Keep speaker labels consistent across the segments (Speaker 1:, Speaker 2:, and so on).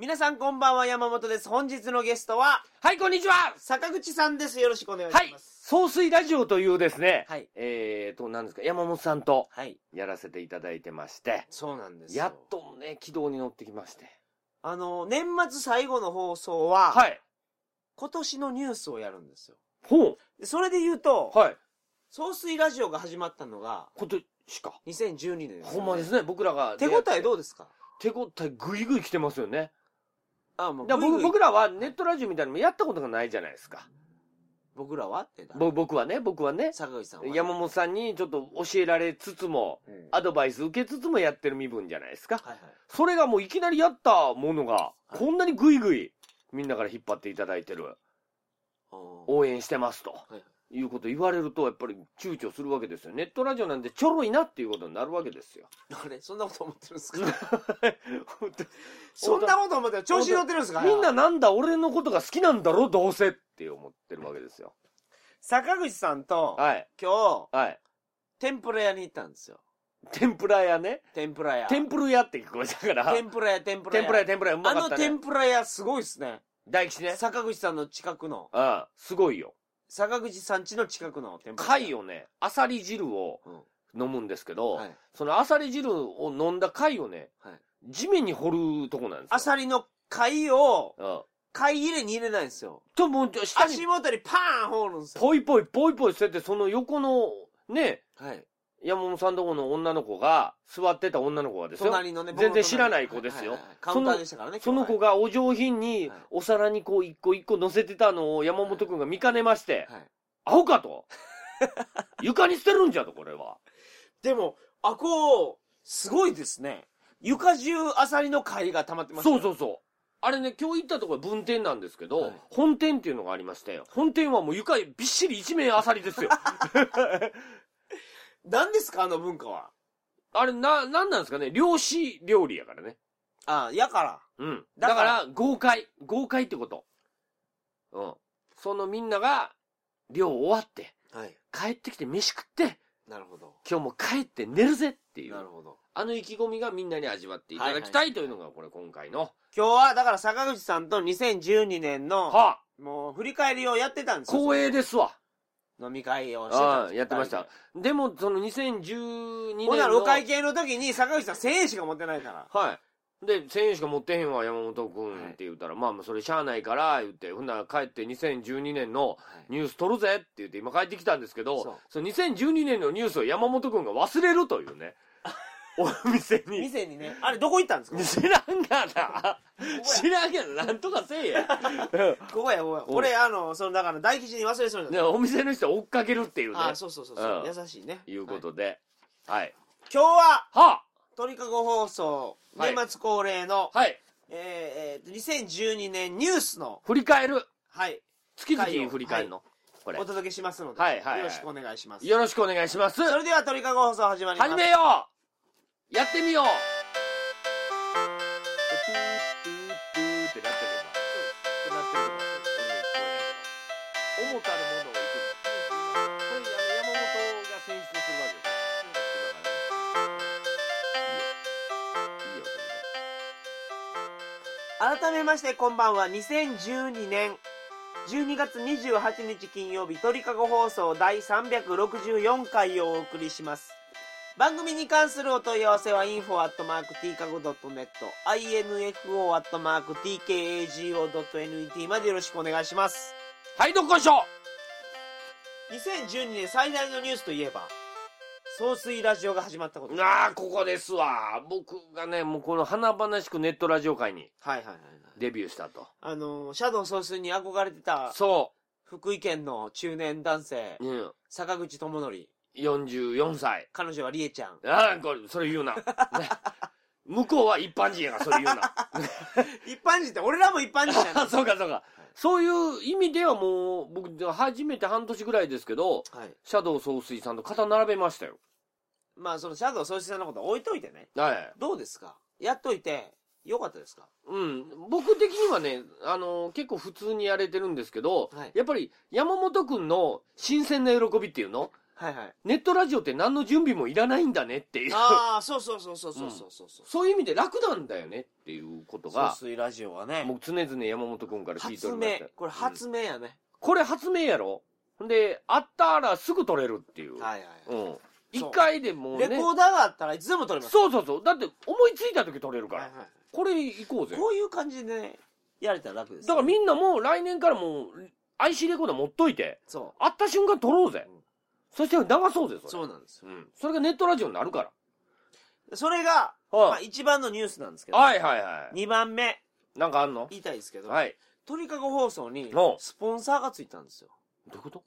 Speaker 1: 皆さんこんばんは、山本です。本日のゲストは、
Speaker 2: はい、こんにちは
Speaker 1: 坂口さんです。よろしくお願い
Speaker 2: は
Speaker 1: し
Speaker 2: い
Speaker 1: ま、す。
Speaker 2: 総水ラジオというですね、
Speaker 1: はい
Speaker 2: えーと、なんですか、山本さんと
Speaker 1: はい。
Speaker 2: やらせていただいてまして、
Speaker 1: そうなんですよ
Speaker 2: やっ。とね、軌道に乗ってきまして。
Speaker 1: あの、年末最後の放送は、
Speaker 2: はい。
Speaker 1: 今年のニュースをやるんですよ。
Speaker 2: ほ
Speaker 1: でそれで言うと、
Speaker 2: う。はい。
Speaker 1: 総水ラジオが始まったのが、
Speaker 2: 今年か。
Speaker 1: 2012年です、
Speaker 2: ほんまですね、僕らが。
Speaker 1: 手応え
Speaker 2: う
Speaker 1: どうですか
Speaker 2: 手応えぐいぐい来てますよね。
Speaker 1: あ、もう
Speaker 2: だから僕
Speaker 1: ぐいぐい
Speaker 2: 僕らはネットラジオみたいなのもやったことがないじゃないですか。
Speaker 1: 僕らはって
Speaker 2: ぼ僕はね、僕はね、
Speaker 1: 坂口さんは、
Speaker 2: 山本さんにちょっと教えられつつも、
Speaker 1: うん
Speaker 2: アドバイス受けつつもやってる身分じゃないですか。
Speaker 1: はいはい。
Speaker 2: それがもういきなりやったものが、
Speaker 1: い
Speaker 2: こんなにぐいぐい、みんなから引っ張っていただいてる、
Speaker 1: お
Speaker 2: 応援してますと、
Speaker 1: はい
Speaker 2: い、うこと言われると、やっぱり躊躇するわけですよ。ネットラジオなんてちょろいなっていうことになるわけですよ。
Speaker 1: あれそんなこと思ってるんですか
Speaker 2: 本当に
Speaker 1: そんなこと思ってる調子に乗ってるんですか
Speaker 2: みんななんだ、俺のことが好きなんだろ、どうせって思ってるわけですよ。
Speaker 1: 坂口さんと、
Speaker 2: はい。
Speaker 1: 今日、
Speaker 2: はい。
Speaker 1: 天ぷら屋に行ったんですよ。
Speaker 2: 天ぷら屋ね。
Speaker 1: 天ぷら屋。
Speaker 2: 天ぷら屋って聞こえたから。
Speaker 1: 天ぷら屋、天ぷら屋。
Speaker 2: 天ぷら屋、天ぷら屋、うま
Speaker 1: あ
Speaker 2: かっ
Speaker 1: の
Speaker 2: た
Speaker 1: 天
Speaker 2: ね。
Speaker 1: ぷら屋すごいっすね。
Speaker 2: 大吉ね。
Speaker 1: 坂口さんの近くの、
Speaker 2: うん、すごいよ。
Speaker 1: 坂口さん家の近くの天ぷら
Speaker 2: 貝
Speaker 1: 屋。
Speaker 2: をね、アサリ汁を
Speaker 1: うん
Speaker 2: 飲むんですけど、
Speaker 1: はい。
Speaker 2: そのアサリ汁を飲んだ貝をね、
Speaker 1: はい
Speaker 2: 地面に掘るとこなんですよ。
Speaker 1: アサリの貝を、
Speaker 2: うん。
Speaker 1: 貝入れに入れないんですよ。
Speaker 2: と、もう、ちょ下に
Speaker 1: 足、元にパーン放るんですよ。
Speaker 2: ぽいぽいぽいぽいしてて、その横の、ね、
Speaker 1: はい。
Speaker 2: 山本さんとこの女の子が、座ってた女の子がですよ。
Speaker 1: 隣のね、僕の
Speaker 2: 全然
Speaker 1: 隣
Speaker 2: 知らない子ですよ
Speaker 1: はははカウンターでしたからね、
Speaker 2: その子
Speaker 1: 今
Speaker 2: がお上品に
Speaker 1: はい、
Speaker 2: お皿にこう一個一個乗せてたのを山本くんが見かねまして
Speaker 1: 日、ははい。
Speaker 2: アホ かと床に捨てるんじゃと、これは。
Speaker 1: でも、あこう、すごいですね。床中アサリの貝が溜まってます
Speaker 2: そう
Speaker 1: う。
Speaker 2: そうそう。あれね、今日行ったところ分店なんですけど、
Speaker 1: はい
Speaker 2: 本店っていうのがありまして、本店はもう床びっしり一面アサリですよ。
Speaker 1: 何ですか、あの文化は。
Speaker 2: あれ、な、なんなんですかね漁師料理やからね。
Speaker 1: あやから。
Speaker 2: うん。
Speaker 1: だ
Speaker 2: だ
Speaker 1: か
Speaker 2: からら、豪快。豪快ってこと。うん。そのみんなが、漁終わって、
Speaker 1: はい。
Speaker 2: 帰ってきて飯食って、
Speaker 1: なるほど。
Speaker 2: 今日も帰って寝るぜっていう
Speaker 1: な、るほど。
Speaker 2: あの意気込みがみんなに味わっていただきたいというのが、これ今回の。
Speaker 1: 今日は、だから坂口さんと2012年の、
Speaker 2: はあ、
Speaker 1: もう振り返りをやってたんですよ。
Speaker 2: 光栄ですわ。
Speaker 1: 飲み会をしてたん
Speaker 2: あ
Speaker 1: で
Speaker 2: あ、
Speaker 1: す
Speaker 2: やってまし。
Speaker 1: 二
Speaker 2: た
Speaker 1: 人。
Speaker 2: でも、その2012
Speaker 1: で
Speaker 2: 年
Speaker 1: ほんなら
Speaker 2: の。
Speaker 1: お会計の時に坂口さん1000円しか持ってないから。
Speaker 2: はい。で、1000円しか持ってへんわ、山本君
Speaker 1: はい
Speaker 2: って言ったら、まあまあ、それしゃあないから、言って、ほんなら帰って2012年のニュース撮るぜって言って、今帰ってきたんですけど、
Speaker 1: そう
Speaker 2: その2012年のニュースを山本君が忘れるとい うね、お店に。
Speaker 1: 店にね、あれどこ行ったんですか
Speaker 2: 知らんが な。知らんがな。なんとかせえや。
Speaker 1: ここや、ここや。
Speaker 2: うん
Speaker 1: 俺、あの、その、だから大吉に忘れそうになっ
Speaker 2: ね、お店の人追っかけるっていうね
Speaker 1: た。、ああ、そうそうそうそう。
Speaker 2: うん
Speaker 1: 優しいね。
Speaker 2: いうこ
Speaker 1: は
Speaker 2: とで。はい。
Speaker 1: い今日は、
Speaker 2: は
Speaker 1: 鳥かご放送、
Speaker 2: は
Speaker 1: 年
Speaker 2: い
Speaker 1: 末恒例の、
Speaker 2: あはい。
Speaker 1: えーえー2012年ニュースの、
Speaker 2: 振り返る。
Speaker 1: はい、
Speaker 2: 月々振り返るの。これ
Speaker 1: お。届けしますので、
Speaker 2: はいはいはい
Speaker 1: よろしくお願いします。
Speaker 2: よろしくお願いします。
Speaker 1: それでは鳥かご放送始まります。
Speaker 2: 始めようやってみようってなってるなってる思たるものをいくのこれ山本が選出するわけ
Speaker 1: 改めましてこんばんは2012年12月28日金曜日鳥かご放送第364回をお送りします番組に関するお問い合わせは info.tkago.net info.tkago.net までよろしくお願いします
Speaker 2: はいどっこいしょ
Speaker 1: 2012年最大のニュースといえば総水ラジオが始まったことはい
Speaker 2: ああここですわ僕がねもうこの華々しくネットラジオ界に
Speaker 1: はいはいはい
Speaker 2: デビューしたと
Speaker 1: あのシャドウ総水に憧れてた
Speaker 2: そ
Speaker 1: 福井県の中年男性
Speaker 2: う、うん、
Speaker 1: 坂口智則
Speaker 2: 44歳
Speaker 1: 彼女はリエちゃん。
Speaker 2: ああ、これ、それ言 うな。ね向こうは一般人やから、それ言うな。
Speaker 1: 一般人って、俺らも一般人じゃ ない
Speaker 2: あ そうか、そうか。そういう意味ではもう、僕、初めて半年ぐらいですけど、
Speaker 1: はい。
Speaker 2: シャドウ総帥さんと肩並べましたよ。
Speaker 1: まあ、その、シャドウ総司さんのこと置いといてね。
Speaker 2: はい。
Speaker 1: どうですかやっといて、よかったですか
Speaker 2: うん。僕的にはね、あの結構普通にやれてるんですけど、
Speaker 1: はい
Speaker 2: やっぱり、山本くんの新鮮な喜びっていうの
Speaker 1: はい はい。
Speaker 2: ネットラジオって何の準備もいらないんだねっていう。
Speaker 1: ああ、そうそうそうそうそうそうそうそう。
Speaker 2: そういう意味で楽なんだよねっていうことが、
Speaker 1: 水ラジオはね。
Speaker 2: 僕常々山本くんから聞いてお
Speaker 1: 発
Speaker 2: りま
Speaker 1: 明
Speaker 2: した。。
Speaker 1: これ発明やね。
Speaker 2: これ発明やろほんで、あったらすぐ取れるっていう。
Speaker 1: はいはいは
Speaker 2: うん。
Speaker 1: そう
Speaker 2: 一回でもうね。
Speaker 1: い。レコーダーがあったらいつでも撮れます。
Speaker 2: そうそうそう。だって思いついた時取れるから。
Speaker 1: はいはい
Speaker 2: これ行こうぜ。
Speaker 1: こういう感じでね、やれたら楽です。
Speaker 2: だからみんなもう来年からもう IC レコーダー持っといて、
Speaker 1: そ
Speaker 2: 会った瞬間取ろうぜ。
Speaker 1: うん
Speaker 2: そして流そうぜ、
Speaker 1: う。
Speaker 2: それ。
Speaker 1: そうなんですよ。
Speaker 2: うん。それがネットラジオになるから。
Speaker 1: それが、
Speaker 2: うん
Speaker 1: まあ一番のニュースなんですけど、
Speaker 2: はいはいは
Speaker 1: 二番目、
Speaker 2: い。なんかあんの
Speaker 1: 言いたいですけど、
Speaker 2: はい。
Speaker 1: 鳥かご放送に
Speaker 2: おう
Speaker 1: スポンサーがついたんですよ。
Speaker 2: どういうこと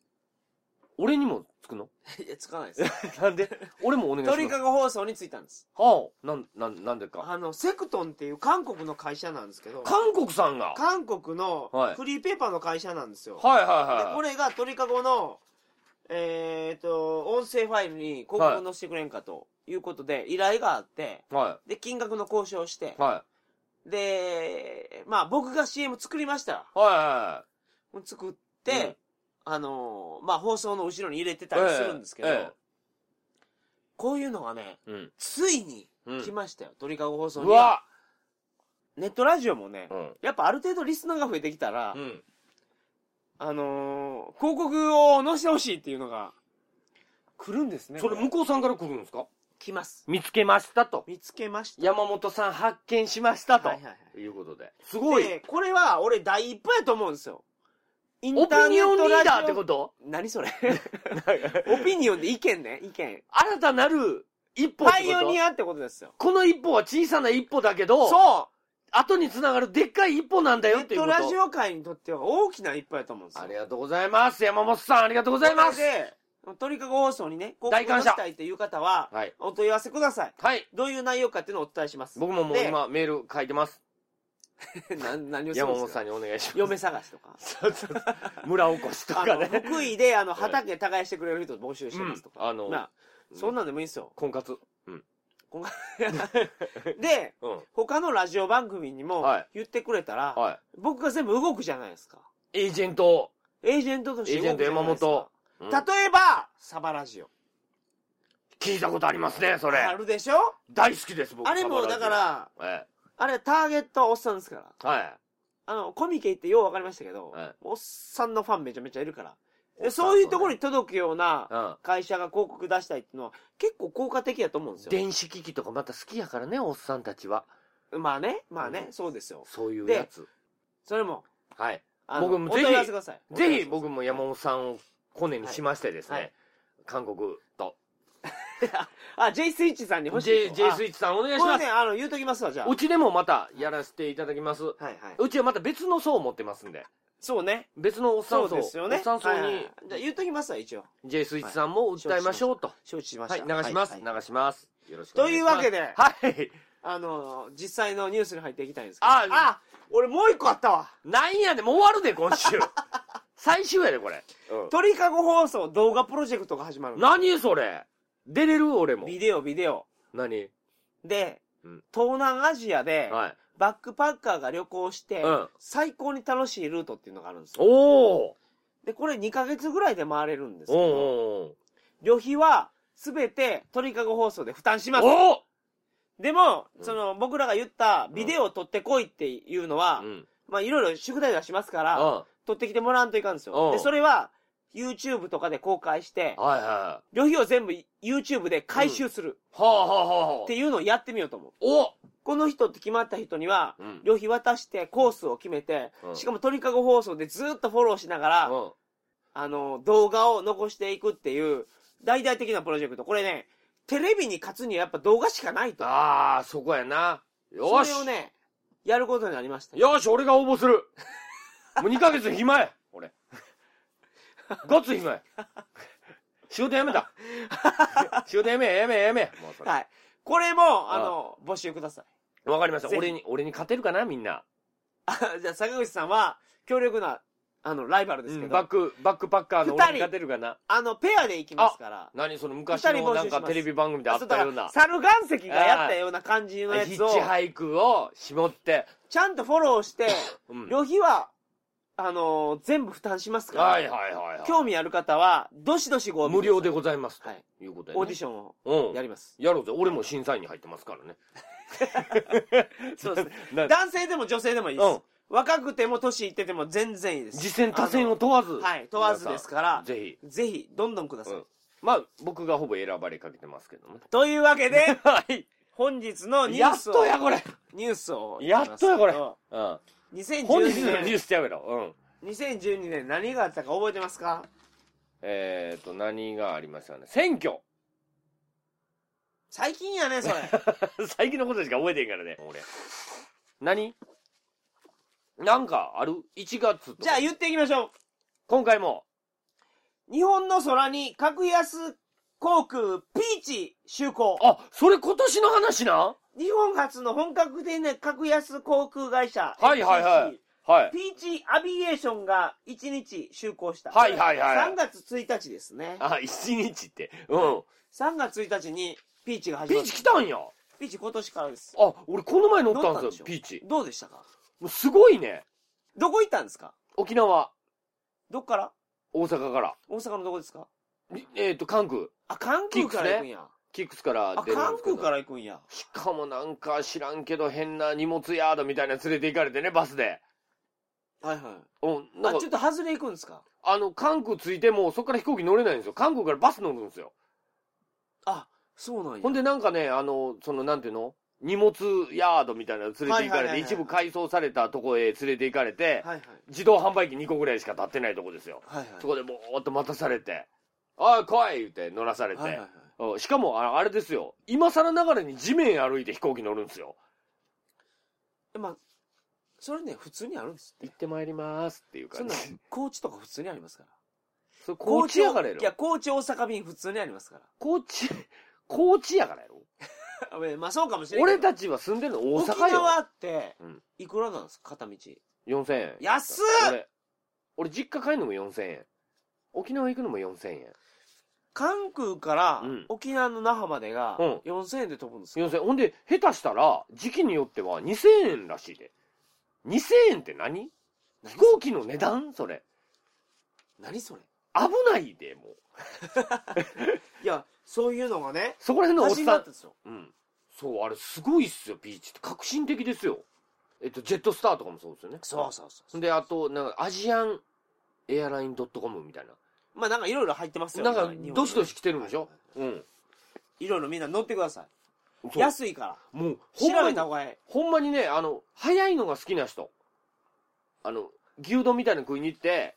Speaker 2: 俺にもつくの
Speaker 1: いや、つかないです。
Speaker 2: なんで 俺もお願いします。
Speaker 1: 鳥かご放送についたんです。
Speaker 2: はあ、なん、なん、なんでか。
Speaker 1: あの、セクトンっていう韓国の会社なんですけど、
Speaker 2: 韓国さんが。はい
Speaker 1: 韓国の
Speaker 2: はい
Speaker 1: フリーペーパーの会社なんですよ。
Speaker 2: はい
Speaker 1: でこ
Speaker 2: はい。
Speaker 1: れが鳥かごの、えっ、と、音声ファイルに広告を載せてくれんかということで、依頼があって、
Speaker 2: は
Speaker 1: で、金額の交渉をして
Speaker 2: い。、は
Speaker 1: で、まあ僕が CM 作りました。
Speaker 2: い。はいは
Speaker 1: 作って、あのーまあ放送の後ろに入れてたりするんですけど、
Speaker 2: ええええ
Speaker 1: こういうのがね、
Speaker 2: い。うん。
Speaker 1: ついに
Speaker 2: うん
Speaker 1: 来ましたよ。鳥かご放送
Speaker 2: う
Speaker 1: には。
Speaker 2: わ
Speaker 1: ネットラジオもね、
Speaker 2: うん。
Speaker 1: やっぱある程度リスナーが増えてきたら、
Speaker 2: うん。
Speaker 1: あのー広告を載せてほしいっていうのが、来るんですね。
Speaker 2: それ
Speaker 1: こ
Speaker 2: 向こうさんから来るんですか
Speaker 1: 来ます。
Speaker 2: 見つけましたと。
Speaker 1: 見つけました。
Speaker 2: 山本さん発見しましたと。、
Speaker 1: はいはいはい
Speaker 2: うことで。すごい。
Speaker 1: で、これは俺第一歩やと思うんですよ。イン
Speaker 2: オピニオンリーダーってことと
Speaker 1: 何 それオピニオンで意見ね、意見。
Speaker 2: 新たなる一歩っ
Speaker 1: パ
Speaker 2: て
Speaker 1: イ
Speaker 2: こ
Speaker 1: オ
Speaker 2: と
Speaker 1: ニアってことですよ。
Speaker 2: この一歩は小さな一歩だけど、
Speaker 1: そ
Speaker 2: 後につながるでっかい一歩なんだ
Speaker 1: うネ
Speaker 2: よって
Speaker 1: ッ
Speaker 2: いうこ
Speaker 1: ト
Speaker 2: と。
Speaker 1: ラジオ界にとっては大きな一歩やと思うんですよ。
Speaker 2: ありがとうございます。山本さん、ありがとうございます。
Speaker 1: で、鳥かご放送にね、広
Speaker 2: 大
Speaker 1: 告を
Speaker 2: 感
Speaker 1: 出
Speaker 2: 謝
Speaker 1: したいという方は、
Speaker 2: はい。
Speaker 1: お問い合わせください。
Speaker 2: はい。
Speaker 1: どういう内容かっていうのをお伝えします。
Speaker 2: 僕ももう
Speaker 1: で、
Speaker 2: 今メール書いてます。
Speaker 1: な何をする
Speaker 2: 山
Speaker 1: んで
Speaker 2: 本
Speaker 1: す
Speaker 2: さ
Speaker 1: か
Speaker 2: んにお願いします。
Speaker 1: 嫁探しとか。
Speaker 2: そうそうそう 村おこしと
Speaker 1: あ
Speaker 2: か
Speaker 1: の、
Speaker 2: ね。
Speaker 1: 福井で、あの、畑耕してくれる人募集してますとか。
Speaker 2: うんあの
Speaker 1: なあそんなんでもいいんですよ。
Speaker 2: 婚活。うん。
Speaker 1: で、
Speaker 2: うん。
Speaker 1: 他のラジオ番組にも
Speaker 2: はい
Speaker 1: 言ってくれたら、
Speaker 2: は
Speaker 1: 僕が全部動くじゃないですか。
Speaker 2: い。エージェント。
Speaker 1: エージェントとして
Speaker 2: エージェ
Speaker 1: 動
Speaker 2: ン
Speaker 1: く
Speaker 2: ト
Speaker 1: じゃな
Speaker 2: 山
Speaker 1: いですか。
Speaker 2: 本。うん
Speaker 1: 例えば、サバラジオ。
Speaker 2: 聞いたことありますね、そ
Speaker 1: あ
Speaker 2: れ。
Speaker 1: るでしょ
Speaker 2: 大好きです、僕。
Speaker 1: あれもだから、
Speaker 2: サバラジ
Speaker 1: あれターゲットはおっさんですから。
Speaker 2: オ。ええ。はい。
Speaker 1: あの、コミケってようわかりましたけど、
Speaker 2: はい
Speaker 1: おっさんのファンめちゃめちゃいるから。
Speaker 2: お
Speaker 1: で
Speaker 2: っさんのね
Speaker 1: そういうところに届くような
Speaker 2: うん。
Speaker 1: 会社が広告出したいっていうのは結構効果的やと思うんですよ。
Speaker 2: 電子機器とかまた好きやからねおっさんたちは
Speaker 1: まあね、まあね、
Speaker 2: うん
Speaker 1: そうですよ。
Speaker 2: そういう
Speaker 1: で
Speaker 2: やつ
Speaker 1: それも、
Speaker 2: はい
Speaker 1: あの
Speaker 2: 僕も
Speaker 1: お
Speaker 2: ぜ
Speaker 1: 問
Speaker 2: ひ
Speaker 1: い合わせください。
Speaker 2: ぜひ僕
Speaker 1: も。
Speaker 2: も山本さんをコネにしましてですね、
Speaker 1: はいはい
Speaker 2: 韓国と
Speaker 1: あ、J スイッチさんに欲し
Speaker 2: J,
Speaker 1: い。
Speaker 2: J ス
Speaker 1: イッ
Speaker 2: イッチさんお願いし
Speaker 1: これ
Speaker 2: ます、
Speaker 1: ね、あの、言うときますわ、じゃあ。
Speaker 2: うちでもまたやらせていただきます
Speaker 1: はいはい。
Speaker 2: うちはまた別の層を持ってますんで
Speaker 1: そうね。
Speaker 2: 別のおっさ
Speaker 1: そ
Speaker 2: ん
Speaker 1: う
Speaker 2: 層、
Speaker 1: ですよ
Speaker 2: お
Speaker 1: ね
Speaker 2: っ。さん層
Speaker 1: はいはいは
Speaker 2: に
Speaker 1: いじゃあ言うときますわ、一応。
Speaker 2: J スイッチさんも訴えましょうと
Speaker 1: 承知しまし
Speaker 2: はい、
Speaker 1: た。
Speaker 2: 流します、
Speaker 1: はい
Speaker 2: 流しますよろしくお願いします
Speaker 1: というわけで
Speaker 2: はい
Speaker 1: あの、実際のニュースに入っていきたいんですけど。
Speaker 2: あ
Speaker 1: あ、俺もう一個あったわ。
Speaker 2: なんやねんもう終わるで今 週最終やでこれ、
Speaker 1: 鳥かご放送動画プロジェクトが始まるの
Speaker 2: 何それ出れる俺も
Speaker 1: ビデオビデオ
Speaker 2: 何
Speaker 1: で、
Speaker 2: うん
Speaker 1: 東南アジアで
Speaker 2: はい
Speaker 1: バックパッカーが旅行して、
Speaker 2: うん
Speaker 1: 最高に楽しいルートっていうのがあるんですよ
Speaker 2: おお
Speaker 1: でこれ2ヶ月ぐらいで回れるんです
Speaker 2: お
Speaker 1: けど
Speaker 2: お
Speaker 1: 旅費は全て鳥かご放送で負担します
Speaker 2: おお
Speaker 1: でも、
Speaker 2: うん
Speaker 1: その僕らが言ったビデオを撮ってこいっていうのは、
Speaker 2: うん
Speaker 1: まあいろいろ宿題出しますか
Speaker 2: うん
Speaker 1: ら、
Speaker 2: は
Speaker 1: 撮ってきてもらわんといかんです
Speaker 2: う
Speaker 1: よ
Speaker 2: ん
Speaker 1: でそれは YouTube とかで公開して
Speaker 2: いはいは
Speaker 1: 旅費を全部 YouTube で回収する
Speaker 2: あはあはあはあ
Speaker 1: っていうのをやってみようと思う
Speaker 2: お
Speaker 1: この人って決まった人には、
Speaker 2: うん
Speaker 1: 旅費渡してコースを決めて、
Speaker 2: うん
Speaker 1: しかも鳥かご放送でずっとフォローしながら、
Speaker 2: うん
Speaker 1: あの、動画を残していくっていう、大々的なプロジェクト。これね、テレビに勝つにはやっぱ動画しかないと。
Speaker 2: ああそこやなよし
Speaker 1: それをね、やることになりました。
Speaker 2: よし俺が応募するもう2ヶ月暇や俺ごっつ暇や仕事やめた仕事やめややめややめもうそれ
Speaker 1: はい。これも、あの、募集ください。
Speaker 2: わかりました
Speaker 1: ぜひ
Speaker 2: 俺に俺に勝てるかなみんな
Speaker 1: あじゃあ、坂口さんは、強力な、あの、ライバルですけ
Speaker 2: うん
Speaker 1: ど、
Speaker 2: バックバックパッカーの俺
Speaker 1: 二人
Speaker 2: に勝てるかな
Speaker 1: あの、ペアで行きますから、
Speaker 2: 何その昔
Speaker 1: 二人
Speaker 2: の
Speaker 1: 募集
Speaker 2: な
Speaker 1: し
Speaker 2: ん
Speaker 1: ます
Speaker 2: かテレビ番組であったような
Speaker 1: 猿岩石がやったような感じのや
Speaker 2: ヒ
Speaker 1: つを
Speaker 2: ッチ、ハイクを絞って、
Speaker 1: ちゃんとフォローして、
Speaker 2: うん
Speaker 1: 旅費はあのー全部負担しますから、
Speaker 2: はいはいはい、はい。
Speaker 1: 興味ある方は、どしどしご応募
Speaker 2: 無料でご
Speaker 1: ざい
Speaker 2: ざいます。
Speaker 1: はい
Speaker 2: ということで、ね。
Speaker 1: オーディションを
Speaker 2: ョ
Speaker 1: や
Speaker 2: うん。
Speaker 1: ります。
Speaker 2: やろうぜ。俺も審査員に入ってますからね。
Speaker 1: そうですね。
Speaker 2: な
Speaker 1: 男性でも女性でもいいです。
Speaker 2: うん
Speaker 1: 若くても年いってても全然いいです。
Speaker 2: 次戦他戦を問わず。
Speaker 1: はい、問わずですから、
Speaker 2: ぜひ。
Speaker 1: ぜひ、どんどんください。
Speaker 2: うん。まあ、僕がほぼ選ばれかけてます けどね。
Speaker 1: というわけで、
Speaker 2: はい。
Speaker 1: 本日のニュ
Speaker 2: や
Speaker 1: ー
Speaker 2: っ
Speaker 1: スを
Speaker 2: と、や、これ。
Speaker 1: ニュースを。
Speaker 2: やっとやこれ
Speaker 1: れ。
Speaker 2: うん。本日の
Speaker 1: 2012
Speaker 2: ニュ
Speaker 1: 年、
Speaker 2: ースちゃうやろ。うん。
Speaker 1: 2012年何があったか覚えてますか
Speaker 2: えっ、ー、と、何がありましたかね。選挙
Speaker 1: 最近やね、それ。
Speaker 2: 最近のことしか覚えてへんからね。俺。何なんかある ?1 月とか
Speaker 1: じゃあ言っていきましょ
Speaker 2: 今回も。
Speaker 1: う。日本の空に格安航空ピーチ就航。
Speaker 2: あ、それ今年の話な
Speaker 1: 日本初の本格的な格安航空会社。
Speaker 2: はいはいはい
Speaker 1: LCC。
Speaker 2: はい。
Speaker 1: ピーチアビエーションが1日就航した。
Speaker 2: はいはいはいはい
Speaker 1: 3月1日ですね。
Speaker 2: あ、1日って。うん。
Speaker 1: 3月1日にピーチが始
Speaker 2: ピ
Speaker 1: ま
Speaker 2: ー
Speaker 1: った
Speaker 2: チ。来たんや。
Speaker 1: ピーチ今年からです。
Speaker 2: あ、俺この前乗ったん
Speaker 1: 乗ったん
Speaker 2: で
Speaker 1: ですしょ
Speaker 2: よ、ピーチ。
Speaker 1: どうでしたか
Speaker 2: もうすごいね。
Speaker 1: どこ行ったんですか
Speaker 2: 沖縄、
Speaker 1: どっから
Speaker 2: 大阪から。
Speaker 1: 大阪のどこですか
Speaker 2: にえっ、と、関空。
Speaker 1: あ、関空から行くんや。
Speaker 2: キックスから
Speaker 1: あ、
Speaker 2: 出るんで
Speaker 1: 関
Speaker 2: すけど。
Speaker 1: 空から行くんや。
Speaker 2: しかもなんか知らんけど変な荷物ヤードみたいなの連れて行かれてね、バスで。
Speaker 1: はいはい。
Speaker 2: うん。な
Speaker 1: あ、
Speaker 2: んか
Speaker 1: ちょっと外れ行くんですか
Speaker 2: あ、の、関空着いても、そこから飛行機乗れないんですよ。韓国からバス乗るんですよ。
Speaker 1: あ、そうなんや。
Speaker 2: ほんでなんかね、あの、その、なんていうの荷物ヤードみたいなの連れて行か
Speaker 1: はいはいは
Speaker 2: れ
Speaker 1: いは
Speaker 2: て、
Speaker 1: い
Speaker 2: 一部改装されたとこへ連れて行かれて、
Speaker 1: はいはい。
Speaker 2: 自動販売機2個ぐらいしか立ってないとこですよ。
Speaker 1: はいはい。
Speaker 2: そこでぼーっと待たされて、あい来い言って乗らされて、
Speaker 1: はいはいはい
Speaker 2: うんしかもああれですよ、今更ながらに地面歩いて飛行機乗るんですよ。
Speaker 1: えまあ、それね、普通にあるんですって
Speaker 2: 行ってまいりますっていう
Speaker 1: そん
Speaker 2: 感
Speaker 1: な
Speaker 2: じ
Speaker 1: ん。高知とか普通にありますから。
Speaker 2: それ高知やからや
Speaker 1: いや、
Speaker 2: ろ。
Speaker 1: 高知大阪便普通にありますか
Speaker 2: 高知、高知やからやろ。
Speaker 1: ら。え まあそうかもしれない
Speaker 2: 俺
Speaker 1: けど。
Speaker 2: たちは住んでるの大
Speaker 1: 沖
Speaker 2: 阪よ。
Speaker 1: 縄って
Speaker 2: うん、
Speaker 1: いくらなんですか片道。
Speaker 2: 4000円。
Speaker 1: 安っ
Speaker 2: 俺、俺実家帰るのも4000円。沖縄行くのも4000円。
Speaker 1: 関空から
Speaker 2: うん
Speaker 1: 沖縄の那覇までが
Speaker 2: うん
Speaker 1: 4000円で飛ぶんですよ。
Speaker 2: 4000円。ほんで、下手したら、時期によっては2000円らしいで。2000円って何
Speaker 1: 何
Speaker 2: 飛行機の値段それ。
Speaker 1: 何それ
Speaker 2: 危ないで、もう。
Speaker 1: いや、そういうのがね、
Speaker 2: そこら辺のおっ
Speaker 1: 走りにな
Speaker 2: さ
Speaker 1: ったん
Speaker 2: ん。
Speaker 1: ですよ。
Speaker 2: うん。そう、あれすごいっすよ、ピーチって。革新的ですよ。えっと、ジェットスターとかもそうですよね。
Speaker 1: そうそうそう
Speaker 2: で、あと、なんか、アジアンエアライン .com みたいな。
Speaker 1: まあなんかいろいろ入ってますよ。
Speaker 2: なん
Speaker 1: 今
Speaker 2: か
Speaker 1: 日本ね、
Speaker 2: どしどし来てるんでしょうん。
Speaker 1: いろいろみんな乗ってください。
Speaker 2: そう
Speaker 1: 安いから。
Speaker 2: もう、
Speaker 1: 調
Speaker 2: ほんま
Speaker 1: べ
Speaker 2: に
Speaker 1: た、方がい
Speaker 2: ほんまにね、あの、早いのが好きな人。あの、牛丼みたいなの食いに行って、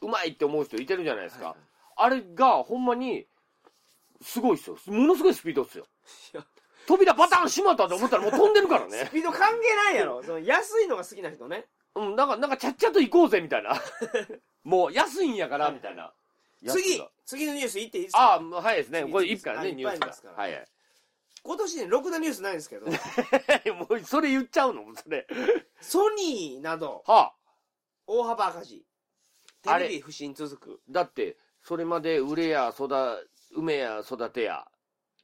Speaker 2: うまいって思う人いてるじゃないで
Speaker 1: い。
Speaker 2: すか。あれが、ほんまに、すごいっすよ。ものすごいスピードっすよ
Speaker 1: いや。
Speaker 2: 扉バタン閉まったと思ったらもう飛んでるからね
Speaker 1: ス。ピード関係ないやろ。その安いのが好きな人ね。
Speaker 2: うん、なんか、なんか、ちゃっちゃと行こうぜ、みたいな。 もう、安いんやか
Speaker 1: は
Speaker 2: ら、
Speaker 1: い
Speaker 2: みたいな。
Speaker 1: 次
Speaker 2: やつが
Speaker 1: 次のニュースいっていいです
Speaker 2: あ
Speaker 1: か
Speaker 2: あ、もう早いですね。これ、
Speaker 1: 次
Speaker 2: 一から
Speaker 1: は
Speaker 2: ね、
Speaker 1: い
Speaker 2: ニュー
Speaker 1: いっ
Speaker 2: ス
Speaker 1: ぱいあり
Speaker 2: が
Speaker 1: ますか。ら
Speaker 2: はい。
Speaker 1: 今年ね、ろくなニュースないんですけ ど、
Speaker 2: もう、それ言っちゃうのそれ。
Speaker 1: ソニーなど
Speaker 2: はあ。
Speaker 1: 大幅赤字。テ
Speaker 2: あ
Speaker 1: レ
Speaker 2: れ
Speaker 1: ビ不振続く。
Speaker 2: だって、それまで、売れや、育、梅や、育てや、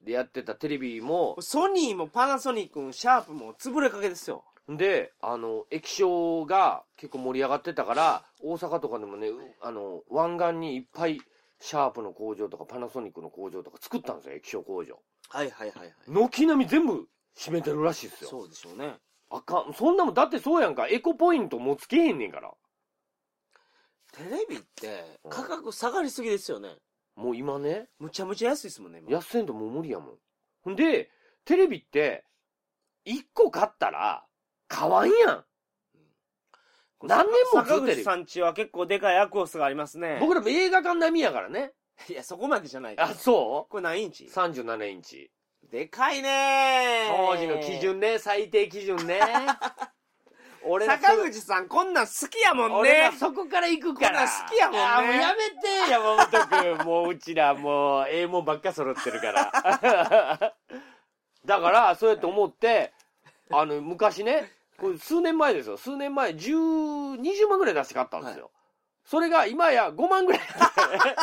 Speaker 2: でやってたテレビも、
Speaker 1: ソニーもパナソニックもシャープも潰れかけですよ。
Speaker 2: で、あの、液晶が結構盛り上がってたから、大阪とかでもね、うあの、湾岸にいっぱい、シャープの工場とかパナソニックの工場とか作ったんですよ、液晶工場。
Speaker 1: はいはいはいはい。
Speaker 2: 軒並み全部閉めてるらしいですよ。
Speaker 1: そうでしょうね。
Speaker 2: あかん。そんなもん、だってそうやんか。エコポイントもつけへんねんから。
Speaker 1: テレビって価格下がりすぎですよね。
Speaker 2: もう今ね、
Speaker 1: むちゃむちゃ安いですもんね、今
Speaker 2: 安いんともう無理やもん。ほんで、テレビって、1個買ったら、買わんやん。何年も
Speaker 1: 坂
Speaker 2: ずっとや
Speaker 1: 口
Speaker 2: る
Speaker 1: さんちは結構でかいアクオスがありますね。
Speaker 2: 僕らも映画館並みやからね。
Speaker 1: いや、そこまでじゃない。
Speaker 2: あ、そ
Speaker 1: これ何イン
Speaker 2: う
Speaker 1: チ
Speaker 2: ?37インチ。
Speaker 1: でかいねー
Speaker 2: 当時の基。準ね、最低基準ね。 俺らそ
Speaker 1: 坂口さん、こんなん好きやもん
Speaker 2: 俺
Speaker 1: ね
Speaker 2: ら。そこから行くから。
Speaker 1: こんなん好きやもんね
Speaker 2: あもうやめて、山本くん。もううちらもう、ええもんばっか揃ってるから。 だから、そうやって思って、あの、昔ね、これ数年前ですよ。数年前、十、二十万ぐらい出して買ったんですよ。それが今や5万ぐらい。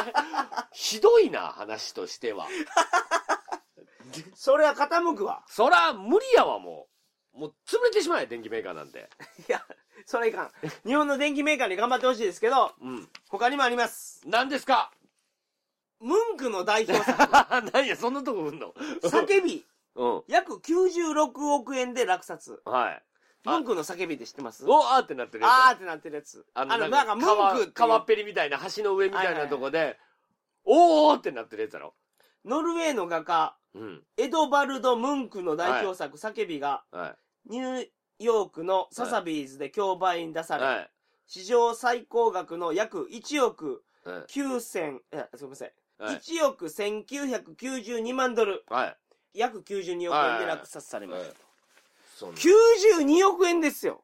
Speaker 2: ひどいな、話としては。
Speaker 1: それは傾くわ。
Speaker 2: そら、無理やわ、ももう潰れてしまえ、電機メーカーなんて。
Speaker 1: いや、それいかん。日本の電機メーカーに頑張ってほしいですけど、
Speaker 2: うん。
Speaker 1: 他にもあります。
Speaker 2: 何ですか
Speaker 1: ムンクの代表 作、
Speaker 2: 何や、そんなとこ来んの
Speaker 1: 叫び、
Speaker 2: う
Speaker 1: 約96億円で落札。
Speaker 2: ん。はい。
Speaker 1: ムンクの叫びって知ってます
Speaker 2: おあーってなってるやつ
Speaker 1: あーってなってるやつ。あの、なんか、ムン
Speaker 2: 川
Speaker 1: クってい
Speaker 2: 川っ
Speaker 1: う
Speaker 2: ぺりみたいな橋の上みたいなとこで、おーってなってるやつだろ。
Speaker 1: ノルウェーの画家、
Speaker 2: うん。
Speaker 1: エドバルド・ムンクの代表作、叫びが、
Speaker 2: は
Speaker 1: ニューヨークのササビーズで競売に出
Speaker 2: い。
Speaker 1: され、
Speaker 2: はい。
Speaker 1: 史上最高額の約1億
Speaker 2: はい。
Speaker 1: 9000、いやすみません。
Speaker 2: はい。
Speaker 1: 1億1992万ドル、
Speaker 2: はい。
Speaker 1: 約92億円で落札されました。
Speaker 2: そんな。
Speaker 1: 92億円ですよ、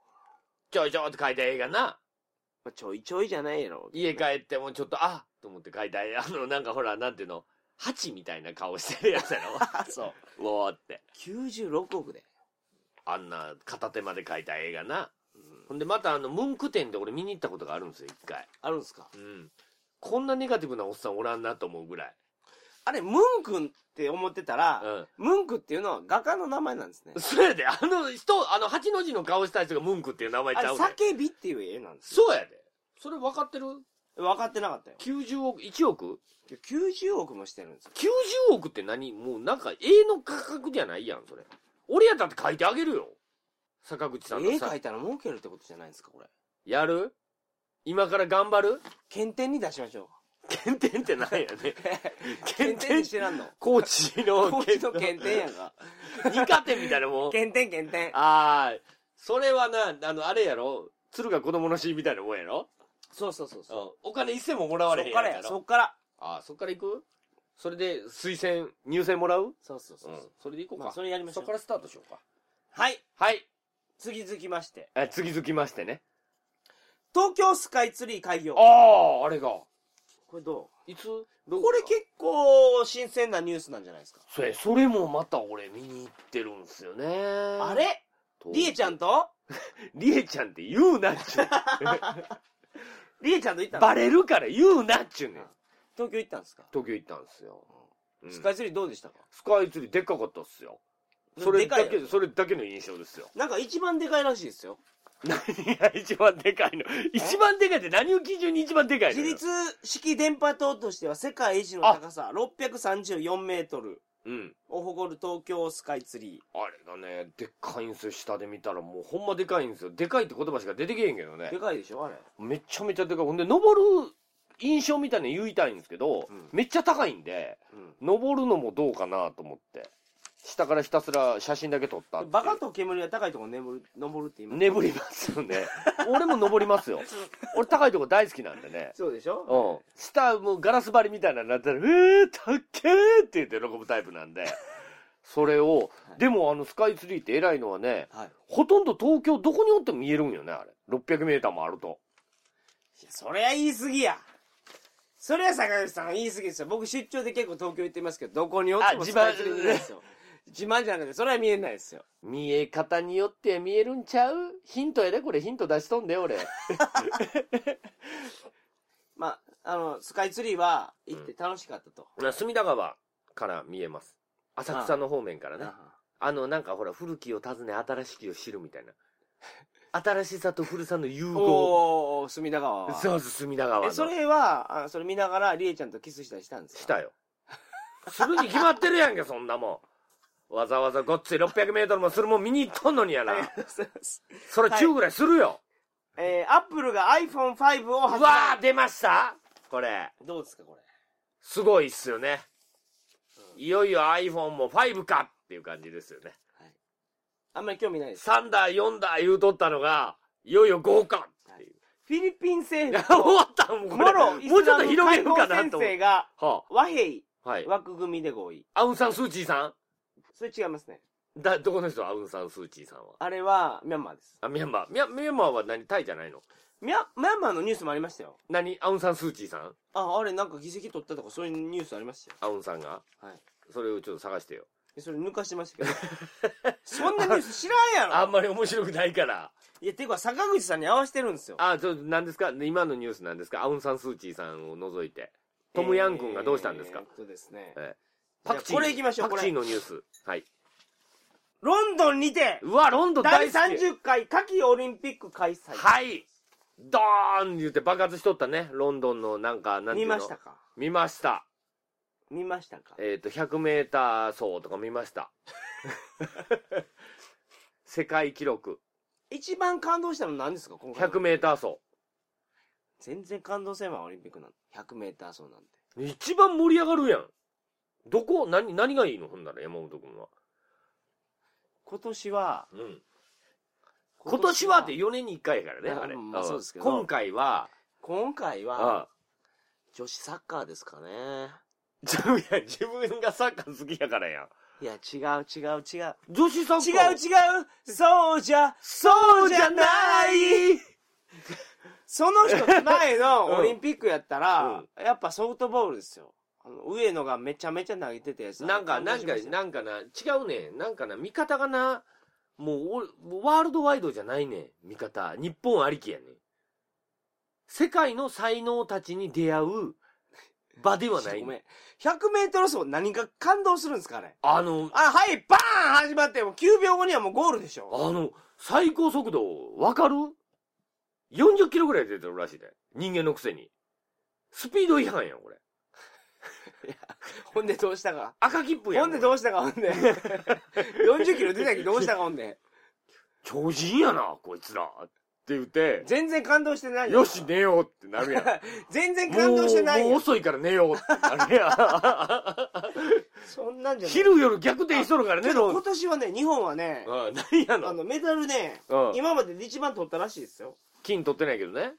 Speaker 2: ちょいちょいって書いた映画な。
Speaker 1: まあ、ちょいちょいじゃないやろ。
Speaker 2: 家帰ってもちょっと、あっと思って書いた映画。あの、なんかほら、なんていうの、ハチみたいな顔してるやつや
Speaker 1: あ、 そう。
Speaker 2: ろ。おーって。
Speaker 1: 96億で。
Speaker 2: あんな片手まで書いた映画な。うんほんでまたあの、ムンク店で俺見に行ったことがあるんですよ、一回。
Speaker 1: あるんすか
Speaker 2: うん。こんなネガティブなおっさんおらんなと思うぐらい。
Speaker 1: あれ、ムンクって思ってた
Speaker 2: う
Speaker 1: ら、
Speaker 2: ん。
Speaker 1: ムンクっていうのは画家の名前なんですね。
Speaker 2: そやで、あの人、あの、八の字の顔した人がムンクっていう名前ち
Speaker 1: あれ、
Speaker 2: ゃうで。
Speaker 1: 叫びっていう絵なんですよ。
Speaker 2: そうやで。それ分かってる
Speaker 1: 分かってなかったよ。
Speaker 2: ?90 億、1億
Speaker 1: 90億もしてるんですよ。
Speaker 2: ?90 億って何もうなんか、絵の価格じゃないやん、それ。俺やったって書いてあげるよ。坂口さん
Speaker 1: 絵
Speaker 2: のさ
Speaker 1: 描いたら儲けるってことじゃないですか、これ。
Speaker 2: やる今から頑張る
Speaker 1: 検定に出しましょ
Speaker 2: 検定っ てなんやね。
Speaker 1: う。検定にしてなんの
Speaker 2: コーチの
Speaker 1: 高知の検定やんか。
Speaker 2: 二課点みたいなも ん。
Speaker 1: 検定、検定。
Speaker 2: ああ、それはな、あの、あれやろ鶴が子供の死みたいなもんやろ
Speaker 1: そうそうそうそう。
Speaker 2: お金一銭ももら
Speaker 1: そ
Speaker 2: わ
Speaker 1: っ
Speaker 2: れへん
Speaker 1: から
Speaker 2: や
Speaker 1: や、
Speaker 2: ろ
Speaker 1: そっから。
Speaker 2: ああ、そっから行くそれで、推薦、入選もらう
Speaker 1: そうそうそううそ
Speaker 2: ん。それで行こ
Speaker 1: う。
Speaker 2: うか。
Speaker 1: まあ、それやりましょ
Speaker 2: そうっか。らスタートしようか。
Speaker 1: はい。
Speaker 2: はい。
Speaker 1: 次続きまして。
Speaker 2: え、次続きましてね。
Speaker 1: 東京スカイツリー開業。
Speaker 2: ああ、あれが。
Speaker 1: これど
Speaker 2: いつ
Speaker 1: うこれ結構新鮮なニュースなんじゃないですか。
Speaker 2: それ、それもまた俺見に行ってるんすよね。あ
Speaker 1: あれりえちゃんと
Speaker 2: りえちゃんって言うなっちゅう。
Speaker 1: りえちゃんと行ったの
Speaker 2: バレるから言うなっちゅうねん。
Speaker 1: 東京行ったんですか、
Speaker 2: 東京行ったんすよ。うん
Speaker 1: スカイツリーどうでしたか
Speaker 2: スカイツリーでっかかったっすよ。それ
Speaker 1: でか
Speaker 2: だ
Speaker 1: いや
Speaker 2: け、
Speaker 1: ろ
Speaker 2: それだけの印象ですよ。
Speaker 1: なんか一番でかいらしいですよ。
Speaker 2: 何が一番でかいの一番でかいって何を基準に一番でかいの
Speaker 1: 自
Speaker 2: よ
Speaker 1: 立式電波塔としては世界一の高さ634メートル
Speaker 2: うん。
Speaker 1: を誇る東京スカイツリ
Speaker 2: あれがね、でっかいんすよ。下で見たらもうほんまでかいんですよ。でかいって言葉しか出てけへんけど
Speaker 1: ー。
Speaker 2: ね
Speaker 1: で。かいでしょあれ。
Speaker 2: めちゃめちゃでかい。ほんで、登る印象みたいに言いたいんですけど、
Speaker 1: うん
Speaker 2: めっちゃ高いんで、登るのもどうかなと思って。下からひたすら写真だけ撮ったっていう
Speaker 1: バカと煙は高いところ眠る、登るって言います。
Speaker 2: 眠りますよね。俺も登りま すよ。俺高いとこ大好きなんでね。
Speaker 1: そうでしょ
Speaker 2: うん。下、もうガラス張りみたいなのになったら、うえー、たっけーって言って喜ぶタイ プなんで。それを、
Speaker 1: はい
Speaker 2: でもあのスカイツリーって偉いのはね、
Speaker 1: はい。い
Speaker 2: ほとんど東京どこにおっても見えるんよね、あれ。600メーターもあると。
Speaker 1: や、そりゃ言い過ぎや。そりゃ坂口さん言い過ぎですよ。僕出張で結構東京行ってますけど、どこにおって
Speaker 2: あ
Speaker 1: も
Speaker 2: 自慢
Speaker 1: スカイツリー見えないですよ。自慢じゃなくて、それは見えないですよ。
Speaker 2: 見え方によって見えるんちゃうヒントやで、これヒント出しとんで、 俺。
Speaker 1: まあ、あの、スカイツリーは行って楽しかったと。
Speaker 2: 隅田川から見えます。浅草の方面からね。
Speaker 1: あ
Speaker 2: あの、なんかほら、古きを訪ね、新しきを知るみたいな。新しさと古さの融合。
Speaker 1: おー、隅田川は。
Speaker 2: そうそう、隅田川
Speaker 1: え、
Speaker 2: の。
Speaker 1: それは、あそれ見ながら、りえちゃんとキスしたりしたんですか
Speaker 2: したよ。するに決まってるやんけ、そんなもん。わざわざごっつい600メートルもするもん見に行っとんのにやな
Speaker 1: あり。がとうございます。
Speaker 2: それ中ぐらいするよ。
Speaker 1: えー、アップルが iPhone5 を
Speaker 2: う
Speaker 1: 発
Speaker 2: わ
Speaker 1: 売。
Speaker 2: ー、出ましたこれ。
Speaker 1: どうですか、これ。
Speaker 2: すごいっすよね。いよいよ iPhone も5かっていう感じですよね。
Speaker 1: あんまり興味ないです。
Speaker 2: 3だ、4だ言うとったのが、いよいよ5かっていう。
Speaker 1: フィリピン
Speaker 2: い
Speaker 1: 政
Speaker 2: や、
Speaker 1: 府
Speaker 2: 終わ
Speaker 1: と、
Speaker 2: ったもうこ
Speaker 1: モ
Speaker 2: れ。
Speaker 1: ロイ
Speaker 2: もう
Speaker 1: ス
Speaker 2: ち
Speaker 1: ラ
Speaker 2: ょっと
Speaker 1: ム
Speaker 2: 広
Speaker 1: 解
Speaker 2: げるか
Speaker 1: 放
Speaker 2: なと
Speaker 1: 先
Speaker 2: 思って。
Speaker 1: 生が
Speaker 2: は
Speaker 1: 和平
Speaker 2: あ、はい。
Speaker 1: 枠組みで合意。
Speaker 2: アウンサンスーチーさ
Speaker 1: それ違いますね。
Speaker 2: んだ、どこの人アウンサンスーチーさんは。
Speaker 1: あれは、ミャンマーです。
Speaker 2: あ、ミャンマー。ミャミャンマーは何タイじゃないの
Speaker 1: ミャ、ミャンマーのニュースもありましたよ。
Speaker 2: 何アウンサンスーチーさん
Speaker 1: あ、あれなんか議席取ったとかそういうニュースありましたよ。
Speaker 2: アウンさんが
Speaker 1: はい。
Speaker 2: それをちょっと探してよ。
Speaker 1: えそれ抜かしてましたけ ど。そんなニュース知らんや
Speaker 2: あ
Speaker 1: ろ
Speaker 2: んまり面白くないから。
Speaker 1: いや、ていうか坂口さんに合わせてるんですよ。
Speaker 2: あ、ちょっと何ですか今のニュースなんですかアウンサンスーチーさんを除いて。トムヤン君がどうしたんですか
Speaker 1: えーっとですね。
Speaker 2: ええ
Speaker 1: じゃあこれ行きましょう
Speaker 2: パクチーのニュース。はい。
Speaker 1: ロンドンにて、
Speaker 2: うわ、ロンドン大
Speaker 1: 第
Speaker 2: 好き。
Speaker 1: 30回夏季オリンピック開催。
Speaker 2: はい。ドーン言って爆発しとったね。ロンドンのなんか、なんて
Speaker 1: 見
Speaker 2: いうの
Speaker 1: ましたか
Speaker 2: 見ました。
Speaker 1: 見ましたか
Speaker 2: えっ、と、100メーター走とか見ま した。世界記録。
Speaker 1: 一番感動したの何ですか今回。
Speaker 2: 100メーター走。
Speaker 1: 全然感動せんわ、オリンピックなんて。100メーター走なんて。
Speaker 2: 一番盛り上がるやん。どこ何、何がいいのほんなら、山本君は。
Speaker 1: 今年は、
Speaker 2: うん。今年はって4年に1回やからね、
Speaker 1: うん
Speaker 2: あれ。
Speaker 1: まあ
Speaker 2: ん
Speaker 1: そうですけど
Speaker 2: 今回は、
Speaker 1: 今回は、
Speaker 2: あ
Speaker 1: 女子サッカーですかね。
Speaker 2: ちゃうやん自分がサッカー好きやからやん。
Speaker 1: いや、違う違う違う。
Speaker 2: 女子サ
Speaker 1: 違
Speaker 2: ッカー
Speaker 1: う違うそうじゃ、そうじゃないその人前
Speaker 2: う ん
Speaker 1: のオリンピックやったら、やっぱソフトボールですよ。あの上野がめちゃめちゃ投げてたやつ。
Speaker 2: なんか、
Speaker 1: あの
Speaker 2: なんか、なんかな、違うねん。なんかな、見方がな、もうお、ワールドワイドじゃないねん。見方。日本ありきやねん。世界の才能たちに出会う場ではない
Speaker 1: ご。めん。100メートル走何が感動するんですかね
Speaker 2: あの、
Speaker 1: あ、はい、バーン始まって、もう9秒後にはもうゴールでしょ。
Speaker 2: あの、最高速度、わかる ?40 キロぐらい出てるらしいで。人間のくせに。スピード違反やん、これ。
Speaker 1: ほんでどうしたか。
Speaker 2: 赤切符やん。
Speaker 1: ほんで
Speaker 2: こ
Speaker 1: どうしたか、ほんで。40キロ出たけどどうしたか、ほんで。
Speaker 2: れ巨人やな、こいつら。って言って、
Speaker 1: 全然感動してない
Speaker 2: よし、寝ようってなるやん。
Speaker 1: 全然 感動してない
Speaker 2: もう
Speaker 1: よ
Speaker 2: もう遅いから寝ようってな るや
Speaker 1: そんなんじ
Speaker 2: ん
Speaker 1: ゃない
Speaker 2: 昼夜逆転しとるからね
Speaker 1: け
Speaker 2: ロ
Speaker 1: ど
Speaker 2: ン
Speaker 1: 今年はね日本はね
Speaker 2: うん何や
Speaker 1: あ
Speaker 2: の
Speaker 1: のメダルね
Speaker 2: うん
Speaker 1: 今までで一番取ったらしいですよ
Speaker 2: 金取ってないけどね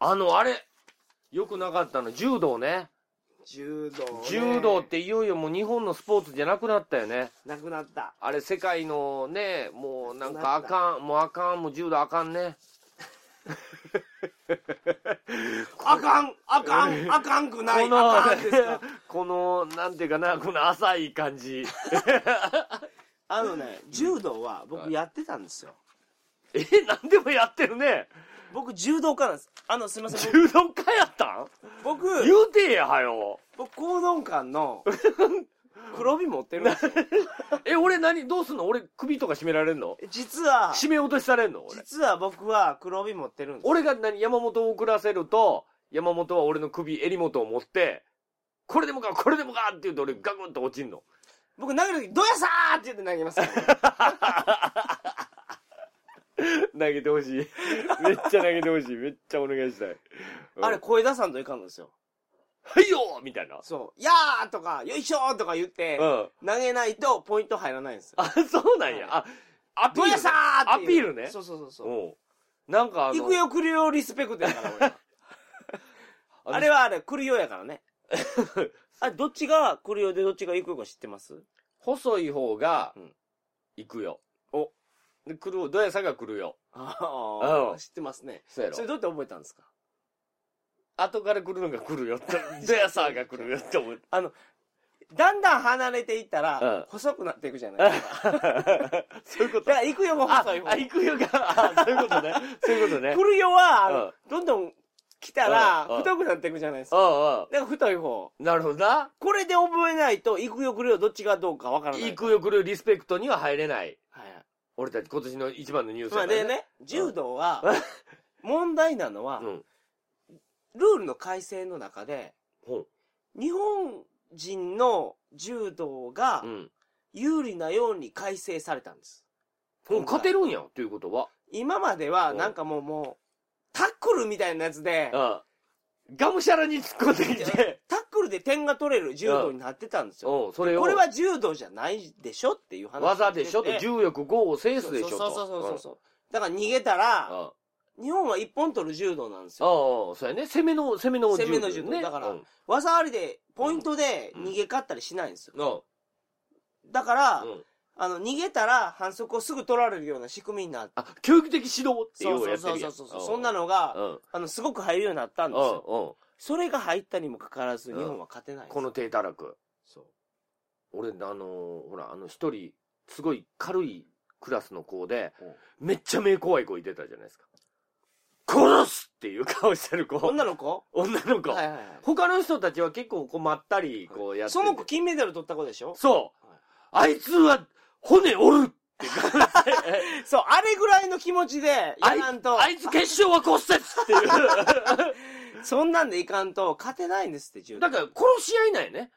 Speaker 2: あのあれよくなかったの柔道ね
Speaker 1: 柔道ね
Speaker 2: 柔道っていよいよもう日本のスポーツじゃなくなったよね
Speaker 1: なくなった
Speaker 2: あれ世界のねもうなんかあかんもうあかんもう柔道あかんね
Speaker 1: あかんあかんあかんくない
Speaker 2: こ
Speaker 1: あ
Speaker 2: の
Speaker 1: かんです か
Speaker 2: このなんていうかなこの浅い感じ
Speaker 1: あのね柔道は
Speaker 2: は
Speaker 1: 僕
Speaker 2: い
Speaker 1: やってたんですよ
Speaker 2: え何でもやってるね
Speaker 1: 僕柔道家なんですあのすいません
Speaker 2: 柔道家やったん
Speaker 1: 僕
Speaker 2: 言
Speaker 1: 僕
Speaker 2: うてやはよ
Speaker 1: 僕講道館 の黒帯持ってるんですよ
Speaker 2: え、俺何どうすんの俺首とか絞められんの
Speaker 1: 実は
Speaker 2: 絞め落としされんの俺。
Speaker 1: 実は僕は黒帯持ってるんです
Speaker 2: 俺が何山本を遅らせると、山本は俺の首、襟元を持って、これでもか、これでもかって言うと俺ガクンと落ちんの。
Speaker 1: 僕投げる時「どやさー!」って言って投げますから
Speaker 2: 投げてほ しい。めっちゃ投げてほしい。めっちゃお願いしたい。うん
Speaker 1: あれ、声出さんといかんのですよ
Speaker 2: はいよみたいな。
Speaker 1: そう「やー!」とか「よいしょ!」とか言って
Speaker 2: うん。
Speaker 1: 投げないとポイント入らないんですよ。
Speaker 2: あ、そうなんや。あ、アピ
Speaker 1: ど
Speaker 2: ー
Speaker 1: う
Speaker 2: ル、
Speaker 1: や
Speaker 2: ね。
Speaker 1: さーっていう
Speaker 2: アピールね
Speaker 1: そうそうそうそう。
Speaker 2: うん。なんかあの、
Speaker 1: 行くよ来るよリスペクトやから 俺は
Speaker 2: あの
Speaker 1: あれはあれ来るよやから ね。あ、どっちが来るよでどっちが行くよか知ってます
Speaker 2: 細い方が
Speaker 1: うん、
Speaker 2: 行くよ。お。で、来る、どやさが来るよ。
Speaker 1: ああ
Speaker 2: う、ん
Speaker 1: 知ってますね。
Speaker 2: そうやろ
Speaker 1: それ。どうやって覚えたんですか
Speaker 2: 後から来るのが来るよって、ドヤサーが来るよって思 う。
Speaker 1: あの、だんだん離れていった
Speaker 2: うん
Speaker 1: ら、細くなっていくじゃないですか。
Speaker 2: そういうこ
Speaker 1: だから行くよも
Speaker 2: あ、
Speaker 1: 細い方。
Speaker 2: あ行くよが、あそういうことね。そういうことね。
Speaker 1: 来るよは、あ
Speaker 2: うん
Speaker 1: のどんどん来たら、
Speaker 2: うんうん
Speaker 1: 太くなっていくじゃないですか。
Speaker 2: うん
Speaker 1: だから太い方。
Speaker 2: うん。なるほどな。
Speaker 1: これで覚えないと、行くよ来るよどっちがどうかわからない。
Speaker 2: 行くよ来るリスペクトには入れない。
Speaker 1: はいはい。
Speaker 2: 俺たち今年の一番のニュース
Speaker 1: ま
Speaker 2: や
Speaker 1: あ
Speaker 2: から
Speaker 1: で。ね、柔道は、問題なのは、
Speaker 2: うん。
Speaker 1: ルールの改正の中で、
Speaker 2: ほ
Speaker 1: 日本人の柔道が
Speaker 2: う。うん。
Speaker 1: 有利なように改正されたんです。
Speaker 2: もう勝てるんや、ということは。
Speaker 1: 今までは、なんかもうもう、タックルみたいなやつで、
Speaker 2: うん。がむしゃらに突っ込んできて。
Speaker 1: タックルで点が取れる柔道になってたんですよ。
Speaker 2: うん、それを。
Speaker 1: これは柔道じゃないでしょっていう話を
Speaker 2: 技でしょと、
Speaker 1: てて
Speaker 2: 重力5を制すでしょと。
Speaker 1: そうそうそうそうそう。だから逃げたら、
Speaker 2: あ
Speaker 1: 日本は一本取る柔道なんです
Speaker 2: あ
Speaker 1: よ。
Speaker 2: あ、そうやね。攻めの、攻めの
Speaker 1: 攻めの柔道
Speaker 2: ね。
Speaker 1: だから
Speaker 2: うん
Speaker 1: 技ありで、ポイントで逃げ勝ったりしないんですよ。
Speaker 2: うん
Speaker 1: だから、
Speaker 2: うん
Speaker 1: あの、逃げたら反則をすぐ取られるような仕組みになって。
Speaker 2: あ、教育的指導ってい
Speaker 1: そう
Speaker 2: う
Speaker 1: そ
Speaker 2: や
Speaker 1: う
Speaker 2: つや
Speaker 1: そ
Speaker 2: ん
Speaker 1: うそうそう。
Speaker 2: う
Speaker 1: そんな
Speaker 2: の。
Speaker 1: のが、
Speaker 2: うん。
Speaker 1: あの、すごく入るようになったんですよ。
Speaker 2: うんうん。
Speaker 1: それが入ったにもかかわらず、
Speaker 2: う
Speaker 1: 日
Speaker 2: ん
Speaker 1: 本は勝てないんです
Speaker 2: この低たらく。
Speaker 1: そう。
Speaker 2: 俺、あのーほら、あの、一人、すごい軽いクラスの子で、めっちゃ目怖い子いてたじゃないですか。殺すっていう顔してる子。
Speaker 1: 女の子
Speaker 2: 女の子。
Speaker 1: はいはいはい。
Speaker 2: 他の人たちは結構、こう、まったり、こうやってて
Speaker 1: その子金メダル取った子でしょ
Speaker 2: そう
Speaker 1: はい。
Speaker 2: あいつは、骨折るって感じで。
Speaker 1: そう、あれぐらいの気持ちで、や
Speaker 2: あい
Speaker 1: らんと、
Speaker 2: あいつ決勝は骨折っていう。
Speaker 1: そんなんでいかんと、勝てないんですって、10
Speaker 2: だ
Speaker 1: 年。
Speaker 2: から、殺し合いなんやね。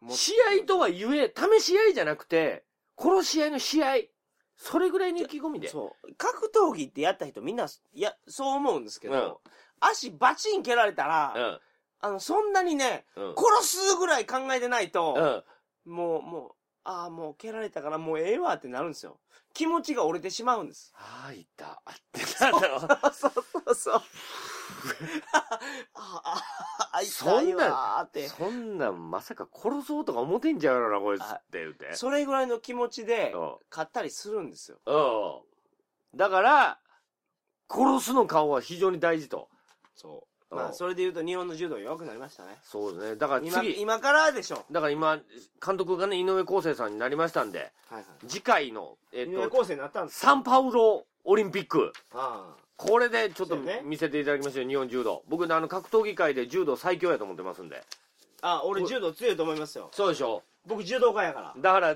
Speaker 1: もう
Speaker 2: 試合とはゆえ、試し合いじゃなくて、殺し合いの試合。それぐらいの意気込みで。
Speaker 1: そう。格闘技ってやった人みんな、いや、そう思うんですけど、足バチン蹴られたら、
Speaker 2: うん。
Speaker 1: あの、そんなにね、
Speaker 2: うん。
Speaker 1: 殺すぐらい考えてないと、
Speaker 2: うん。
Speaker 1: もう、もう、ああ、もう蹴られたからもうええわってなるんですよ。気持ちが折れてしまうんです。
Speaker 2: あー、いた。あってなんだろう。
Speaker 1: そうそう そう。ああ、あい
Speaker 2: そ
Speaker 1: たい
Speaker 2: ん
Speaker 1: わ
Speaker 2: な
Speaker 1: ーって。
Speaker 2: そんなんまさか殺そうとか思ってんじゃうやろな、こいつって言うて。
Speaker 1: それぐらいの気持ちで、
Speaker 2: う
Speaker 1: 買ったりするんですよ。
Speaker 2: ん。うん。だから、殺すの顔は非常に大事と。
Speaker 1: そう
Speaker 2: うん
Speaker 1: まあ、それで言うと日本の柔道弱くなりましたね。
Speaker 2: そうですね。だから
Speaker 1: 今、
Speaker 2: 次、
Speaker 1: 今からでしょ。
Speaker 2: だから今、監督がね、井上康生さんになりましたんで、
Speaker 1: はいはい。
Speaker 2: 次回の、え
Speaker 1: 井上
Speaker 2: っと、
Speaker 1: 康生になったんです
Speaker 2: サンパウロオリンピック。
Speaker 1: あ
Speaker 2: これでちょっと
Speaker 1: そうね
Speaker 2: 見せていただきましょう、日本柔道。僕ね、あの、格闘技界で柔道最強やと思ってますんで。
Speaker 1: あ、俺柔道強いと思いますよ。
Speaker 2: そうでしょ
Speaker 1: 僕柔道家やから。
Speaker 2: だから、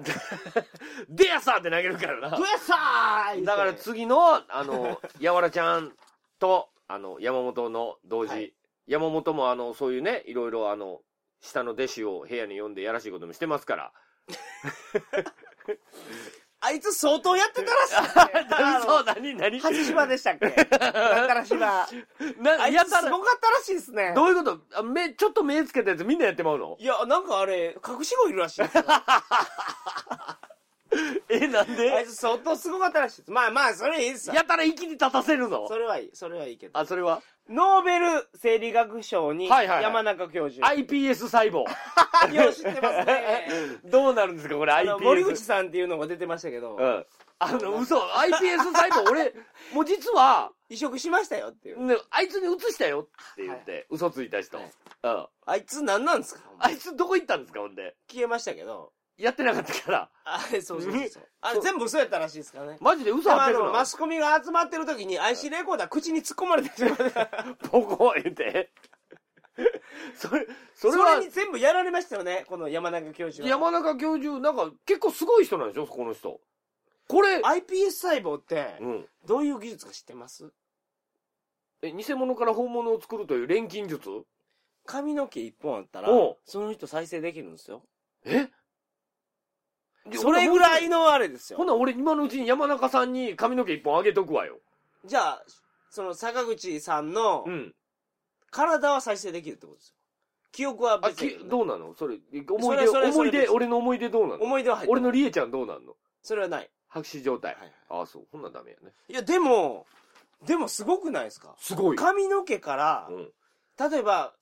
Speaker 2: でやさーって投げるからな
Speaker 1: ク。エッサー言って
Speaker 2: だから次の、あ の、やわらちゃんと、あの、山本の同時、
Speaker 1: はい
Speaker 2: 山本もあの、そういうね、いろいろあの、下の弟子を部屋に呼んでやらしいこともしてますから。
Speaker 1: あいつ相当やってたら しい
Speaker 2: 何そう、何、何
Speaker 1: 初芝でしたっけ やったら芝。
Speaker 2: な、
Speaker 1: あい
Speaker 2: やっ
Speaker 1: つ
Speaker 2: た
Speaker 1: す
Speaker 2: ら、
Speaker 1: ごかったらしいですね。
Speaker 2: どういうことあ目、ちょっと目つけたやつみんなやってま うの
Speaker 1: いや、なんかあれ、隠し子いるらしい ですよ
Speaker 2: え、なん
Speaker 1: あい
Speaker 2: で
Speaker 1: つ相当すごかったらしいです。まあまあ、それいいっすよ
Speaker 2: やたら息に立たせるぞ
Speaker 1: それはいい、それはいいけど。
Speaker 2: あ、それは
Speaker 1: ノーベル生理学賞に、
Speaker 2: はいはいはい
Speaker 1: 山中教授。
Speaker 2: ?iPS 細胞。
Speaker 1: よう知って ますね。
Speaker 2: どうなるんですかこれ
Speaker 1: あ
Speaker 2: iPS。
Speaker 1: の、森口さんっていうのが出てましたけど、
Speaker 2: うん。あの、嘘。iPS 細胞、俺、もう実は、
Speaker 1: 移植しましたよっていう。
Speaker 2: ね、あいつに移したよって言って、嘘ついた人、
Speaker 1: はい
Speaker 2: うん。
Speaker 1: あいつ何なんですか
Speaker 2: あいつどこ行ったんですかほんで。
Speaker 1: 消えましたけど。
Speaker 2: やってなかったから。
Speaker 1: あれ、そうそうそうそう
Speaker 2: ね。
Speaker 1: あれ、全部嘘やったらしいですからね。
Speaker 2: マジで嘘
Speaker 1: でも
Speaker 2: 張っ
Speaker 1: あ
Speaker 2: てる
Speaker 1: の、
Speaker 2: の
Speaker 1: マスコミが集まってる時に IC レコーダー口に突っ込まれてしまった。
Speaker 2: ポコ言うて。 それ、そ
Speaker 1: そ
Speaker 2: れは
Speaker 1: れ、に全部やられましたよね、この山中教授は。
Speaker 2: 山中教授、なんか結構すごい人なんでしょこの人。これ、
Speaker 1: iPS 細胞って、
Speaker 2: うん。
Speaker 1: どういう技術か知ってます
Speaker 2: え、偽物から本物を作るという錬金術
Speaker 1: 髪の毛一本あったら
Speaker 2: おう、
Speaker 1: その人再生できるんですよ。
Speaker 2: え
Speaker 1: それぐらい
Speaker 2: の。
Speaker 1: のあれです
Speaker 2: ほ
Speaker 1: よ。
Speaker 2: な、俺今のうちに山中さんに髪の毛一本あげとくわよ。
Speaker 1: じゃあ、その坂口さんの
Speaker 2: うん。
Speaker 1: 体は再生できるってことですよ。記憶は
Speaker 2: あ、
Speaker 1: 別
Speaker 2: き
Speaker 1: に、
Speaker 2: どうなのそれ、思い出、
Speaker 1: それそれそ
Speaker 2: 思
Speaker 1: れ
Speaker 2: い
Speaker 1: で
Speaker 2: 出、
Speaker 1: す
Speaker 2: 俺の思い出どうなの
Speaker 1: 思い出は入って
Speaker 2: 俺の
Speaker 1: ない。
Speaker 2: りえちゃんどうなんの
Speaker 1: それはない。
Speaker 2: 白紙状態。
Speaker 1: はいはい
Speaker 2: ああ、そう。ほんなんダメやね。
Speaker 1: いや、でも、でもすごくないですか
Speaker 2: すごう
Speaker 1: 髪の毛から、
Speaker 2: ん。
Speaker 1: 例えば、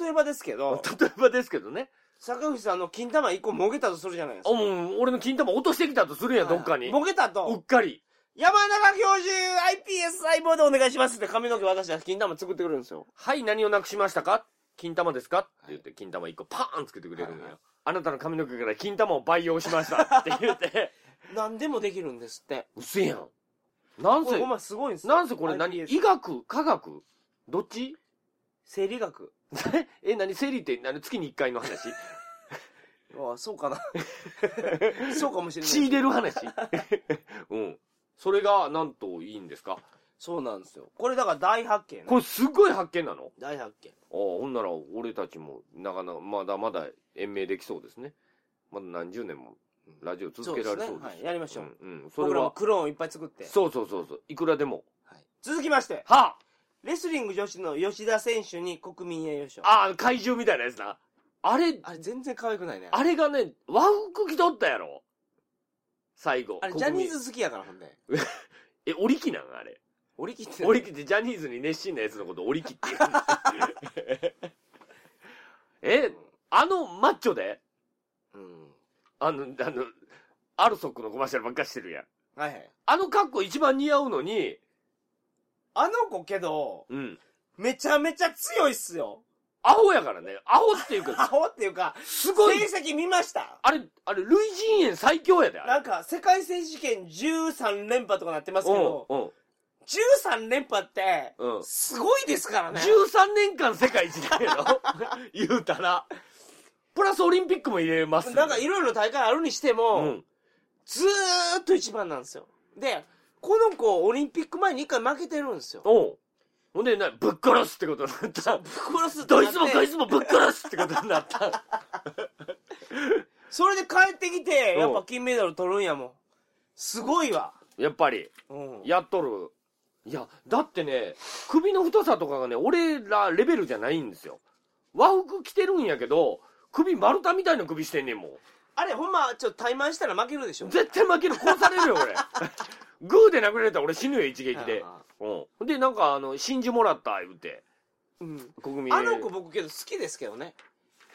Speaker 1: 例えばですけど、
Speaker 2: 例えばですけどね。
Speaker 1: 坂口さんの金玉一個もげたとするじゃないです
Speaker 2: あ、
Speaker 1: か。
Speaker 2: もう、俺の金玉落としてきたとするやん、どっかに。
Speaker 1: もげた
Speaker 2: うっ
Speaker 1: と、
Speaker 2: かり。
Speaker 1: 山中教授、iPS 細胞でお願いしますって髪の毛渡したら金玉作ってくれるんですよ。
Speaker 2: はい、何をなくしましたか金玉ですかって言って、金玉一個パーンつけてくれる
Speaker 1: は
Speaker 2: の
Speaker 1: いは
Speaker 2: よ。あなたの髪の毛から金玉を培養しましたって言 って。
Speaker 1: 何でもできるんですって。
Speaker 2: うせやん。なん
Speaker 1: これ
Speaker 2: せ
Speaker 1: ほん、ますごいんですよ
Speaker 2: なんせこれ何
Speaker 1: iPS
Speaker 2: 医学科学どっち
Speaker 1: 生理学。
Speaker 2: え、何生理って何月に1回 の話
Speaker 1: ああ、そう かな。そうかもしれない。
Speaker 2: 血出る話 うん。それがなんといいんですか
Speaker 1: そうなんですよ。これだから大発見ね、
Speaker 2: これすごい発見なの
Speaker 1: 大発見。
Speaker 2: ああ、ほんなら俺たちもなかなかまだまだ延命できそうですね。まだ何十年もラジオ続けられそうです。
Speaker 1: そうですねはいやりましょう。
Speaker 2: ん、んそ
Speaker 1: 僕
Speaker 2: れ
Speaker 1: らも
Speaker 2: は。
Speaker 1: クローンいっぱい作って。
Speaker 2: そうそうそうそう。いくらでも。
Speaker 1: はい続きまして、
Speaker 2: は
Speaker 1: レスリング女子の吉田選手に国民栄誉賞。
Speaker 2: ああ、怪獣みたいなやつな。あれ、
Speaker 1: あれ全然可愛くないね。
Speaker 2: あれがね、和服着とったやろ最後。
Speaker 1: あれジ
Speaker 2: 国
Speaker 1: ャ
Speaker 2: 民
Speaker 1: ニーズ好きやからほんで。
Speaker 2: え、折り機なんあれ。
Speaker 1: 折り切ってない
Speaker 2: 折り機ってジャニーズに熱心なやつのこと折り機って言うんですよえ、あのマッチョで
Speaker 1: うん。
Speaker 2: あの、あの、アルソックのコマーシャルばっかしてるやん。
Speaker 1: はいはい。
Speaker 2: あの格好一番似合うのに、
Speaker 1: あの子けど、
Speaker 2: うん。
Speaker 1: めちゃめちゃ強いっすよ。
Speaker 2: アホやからね。アホっていう
Speaker 1: ア
Speaker 2: か、
Speaker 1: ホっていうか、
Speaker 2: すごい。
Speaker 1: 成績見ました
Speaker 2: あれ、あれ、類人猿最強やで、あ
Speaker 1: な
Speaker 2: れ。
Speaker 1: んか、世界選手権13連覇とかなってますけど、
Speaker 2: うん、うん。
Speaker 1: 13連覇って
Speaker 2: う、ん
Speaker 1: すごいですからね。
Speaker 2: 13年間世界一だ やろ言うたら。プラスオリンピックも入れますよ
Speaker 1: なんかいろいろ大会あるにしても、
Speaker 2: うん。
Speaker 1: ずーっと一番なんですよ。で、この子、オリンピック前に一回負けてるんですよ。
Speaker 2: おうほんでなぶっ殺すってことになった
Speaker 1: 殺すってな
Speaker 2: ど
Speaker 1: って
Speaker 2: いつもこいつもぶっ殺すってことになった
Speaker 1: それで帰ってきて、
Speaker 2: うん
Speaker 1: やっぱ金メダル取るんやもん。すごいわ。
Speaker 2: やっぱり
Speaker 1: うん。
Speaker 2: やっとるいやだってね首の太さとかがね俺らレベルじゃないんですよ和服着てるんやけど首丸太みたいな首してんねんも
Speaker 1: あれ、ほんま、ちょっと怠慢したら負けるでしょ
Speaker 2: ん。絶対負ける殺されるよ 俺グーで殴られたら俺死ぬよ一撃で
Speaker 1: あ
Speaker 2: うんでなんかあの真珠もらった言うて
Speaker 1: うん。
Speaker 2: 国民
Speaker 1: あの子僕けど好きですけどね。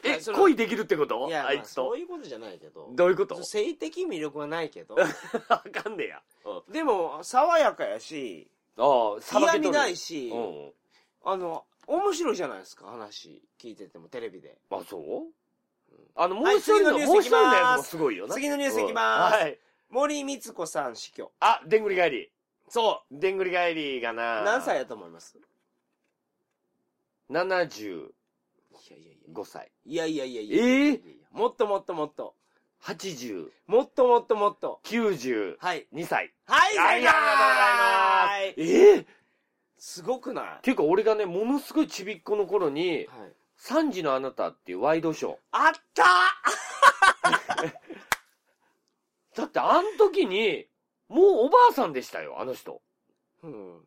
Speaker 1: い
Speaker 2: え
Speaker 1: やそれ
Speaker 2: 恋できるってこと
Speaker 1: いや、
Speaker 2: あ
Speaker 1: ま
Speaker 2: い
Speaker 1: あ
Speaker 2: つ
Speaker 1: そ
Speaker 2: と
Speaker 1: ういうことじゃないけど。
Speaker 2: どういうこと
Speaker 1: 性的魅力はないけ ど。
Speaker 2: あかんねや。あ
Speaker 1: でも、爽やかやし、
Speaker 2: あ、さ
Speaker 1: 嫌
Speaker 2: ばけと
Speaker 1: 味
Speaker 2: る
Speaker 1: ないし、
Speaker 2: うん。
Speaker 1: あの、面白いじゃないですか、話聞いてても、テレビで。
Speaker 2: あ、そうあの、もう
Speaker 1: はい
Speaker 2: 一人の、
Speaker 1: 次のニュース
Speaker 2: もう一人
Speaker 1: いき
Speaker 2: の
Speaker 1: ます
Speaker 2: やつもすごいよな。
Speaker 1: 次のニュース
Speaker 2: い
Speaker 1: いきます。
Speaker 2: はい。
Speaker 1: 森光子さん死去。
Speaker 2: あ、でんぐり返り。
Speaker 1: そ
Speaker 2: でんぐり返りが
Speaker 1: う。
Speaker 2: な。
Speaker 1: 何歳やと思います
Speaker 2: ?75
Speaker 1: いやいやいや。
Speaker 2: 歳。
Speaker 1: いやいやいやいや。
Speaker 2: ええ
Speaker 1: もっともっともっと。
Speaker 2: 80、
Speaker 1: もっともっともっと。
Speaker 2: 92
Speaker 1: はい。
Speaker 2: 歳。
Speaker 1: はい、
Speaker 2: はい、ありが
Speaker 1: はい
Speaker 2: とうございます。ええ
Speaker 1: すごくない
Speaker 2: ていうか俺がね、ものすごいちびっこの頃に、
Speaker 1: はい。
Speaker 2: 3時のあなたっていうワイドショー。
Speaker 1: あった
Speaker 2: だってあの時に、もうおばあさんでしたよ、あの人。
Speaker 1: うん。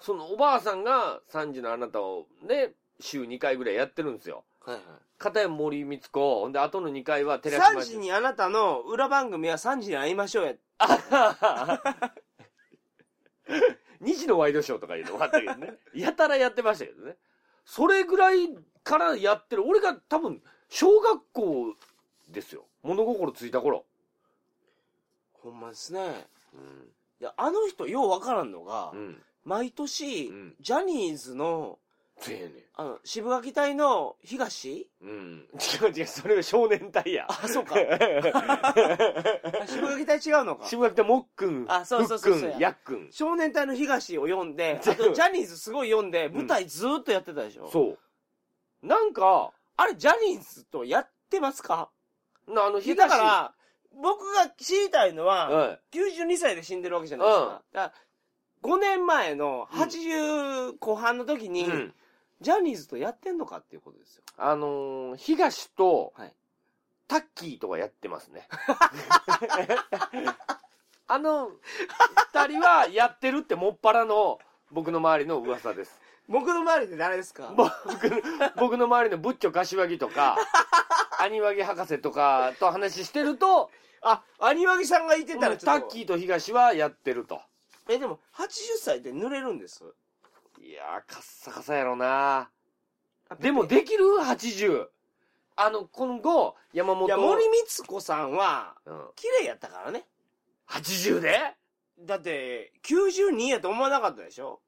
Speaker 2: そのおばあさんが3時のあなたをね、週2回ぐらいやってるんですよ。
Speaker 1: はいはい。
Speaker 2: 片山森光子、ほんで、後の2回は寺島
Speaker 1: 3時。にあなたの裏番組は3時に会いましょうや。
Speaker 2: 2時のワイドショーとかいうのもあったけど ね。やたらやってましたけどね。それぐらいからやってる。俺が多分、小学校ですよ。物心ついた頃。
Speaker 1: ほんまですね。
Speaker 2: うん。
Speaker 1: いや、あの人ようわからんのが、
Speaker 2: うん。
Speaker 1: 毎年、
Speaker 2: うん
Speaker 1: ジャニーズの、
Speaker 2: せやね
Speaker 1: あの、渋垣隊の東
Speaker 2: ん。うん。違う違う、それは少年 隊や。
Speaker 1: あ、そうか。あ渋垣隊違うのか。
Speaker 2: 渋垣ってもっくん、
Speaker 1: あそうそうそうそう
Speaker 2: ふっくん、やっくん。
Speaker 1: 少年隊の東を読ん で、あ
Speaker 2: 全部
Speaker 1: とジャニーズすごい読んで、
Speaker 2: ん
Speaker 1: 舞台ずーっとやってたでしょ、
Speaker 2: そう。なんか、
Speaker 1: あれ、ジャニーズとやってますか
Speaker 2: なあの、
Speaker 1: だから、僕が知りたいのは、
Speaker 2: はい。
Speaker 1: 92歳で死んでるわけじゃないですか。だから5年前の80後半の時に、
Speaker 2: うん
Speaker 1: ジャニーズとやってんのかっていうことですよ。
Speaker 2: あのー東と、
Speaker 1: はい
Speaker 2: タッキーとかやってます ね。あの、二人はやってるってもっぱらの、僕の周りの噂です。
Speaker 1: 僕の周りで誰ですか
Speaker 2: 僕、僕の周りのブッチョ柏木 とか、アニワギ博士とかと話してると、
Speaker 1: あ、アニワギさんがいてた
Speaker 2: タ
Speaker 1: らちょっと
Speaker 2: ッキーと東はやってると。
Speaker 1: え、でも、80歳で濡れるんです。
Speaker 2: いやー、カッサカサやろな
Speaker 1: あ
Speaker 2: でも
Speaker 1: ペペ
Speaker 2: できる ?80。あの、今後、山本。
Speaker 1: いや、森光子さんは、
Speaker 2: うん。
Speaker 1: 綺麗やったからね。
Speaker 2: 80で
Speaker 1: だって、92やと思わなかったでしょ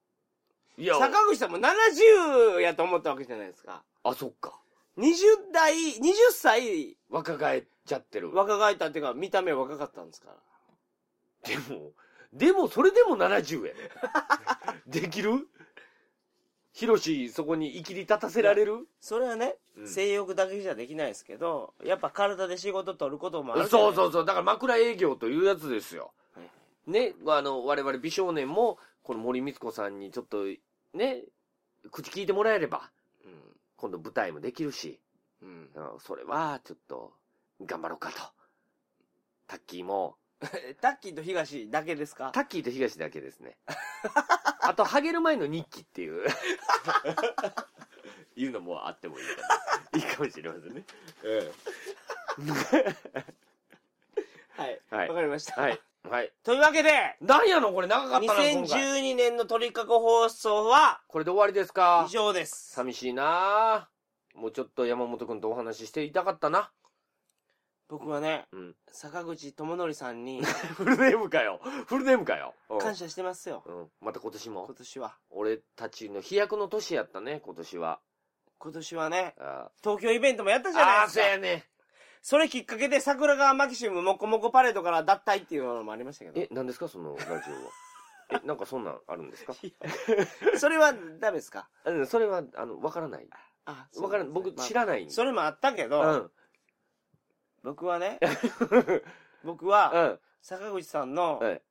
Speaker 2: いや
Speaker 1: 坂口さんも70やと思ったわけじゃないですか。
Speaker 2: あ、そっか。
Speaker 1: 20代、20歳
Speaker 2: 若返っちゃってる。
Speaker 1: 若返ったっていうか、見た目若かったんですから。
Speaker 2: でも、でも、それでも70やね。 できるヒロシ、そこに生きり立たせられる
Speaker 1: それはね、
Speaker 2: うん
Speaker 1: 性欲だけじゃできないですけど、やっぱ体で仕事取ることもあるじゃない
Speaker 2: そうそうそう。だから枕営業というやつですよ。
Speaker 1: はい
Speaker 2: ね、あの、我々美少年も、この森光子さんにちょっと、ね、口聞いてもらえれば、今度舞台もできるし、
Speaker 1: うん。うん。
Speaker 2: うんそれは、ちょっと、頑張ろうかと。タッキーも、
Speaker 1: えタッキーと東だけですか
Speaker 2: タッキーと東だけですね。あと、ハゲる前の日記って いう。いうのもあってもいいかな。いいかもしれませんね。
Speaker 1: はい。わ、
Speaker 2: はい
Speaker 1: かりました。
Speaker 2: はい。はい。
Speaker 1: というわけで、
Speaker 2: なんやのこれ長かったな、今回。
Speaker 1: 2012年の鳥かご放送は
Speaker 2: これで終わりですか
Speaker 1: 以上です。
Speaker 2: 寂しいなぁもうちょっと山本くんとお話ししていたかったな。
Speaker 1: 僕はね、
Speaker 2: うん。
Speaker 1: 坂口智則さんに
Speaker 2: フルネームかよ。フルネームかよ。うん
Speaker 1: 感謝してますよ。
Speaker 2: うん。また今年も
Speaker 1: 今。年は。
Speaker 2: 俺たちの飛躍の年やったね、今年は。
Speaker 1: 今年はね、
Speaker 2: あ
Speaker 1: 東京イベントもやった
Speaker 2: ー
Speaker 1: じゃないで
Speaker 2: あー、
Speaker 1: す
Speaker 2: そ
Speaker 1: か
Speaker 2: う。やね。
Speaker 1: それきっかけで桜川マキシムもこもこパレードから脱退っていうのもありましたけど。
Speaker 2: え、何ですかそのラジオは。え、なんかそんなんあるんですか
Speaker 1: それはダメですか
Speaker 2: うん、それは、あの、わからない。
Speaker 1: あ、
Speaker 2: わからない。僕、
Speaker 1: 知
Speaker 2: 知
Speaker 1: ら
Speaker 2: らないんで。
Speaker 1: それもあったけど、
Speaker 2: うん。
Speaker 1: 僕はね、僕は、
Speaker 2: うん。
Speaker 1: 坂口さんの、
Speaker 2: はい。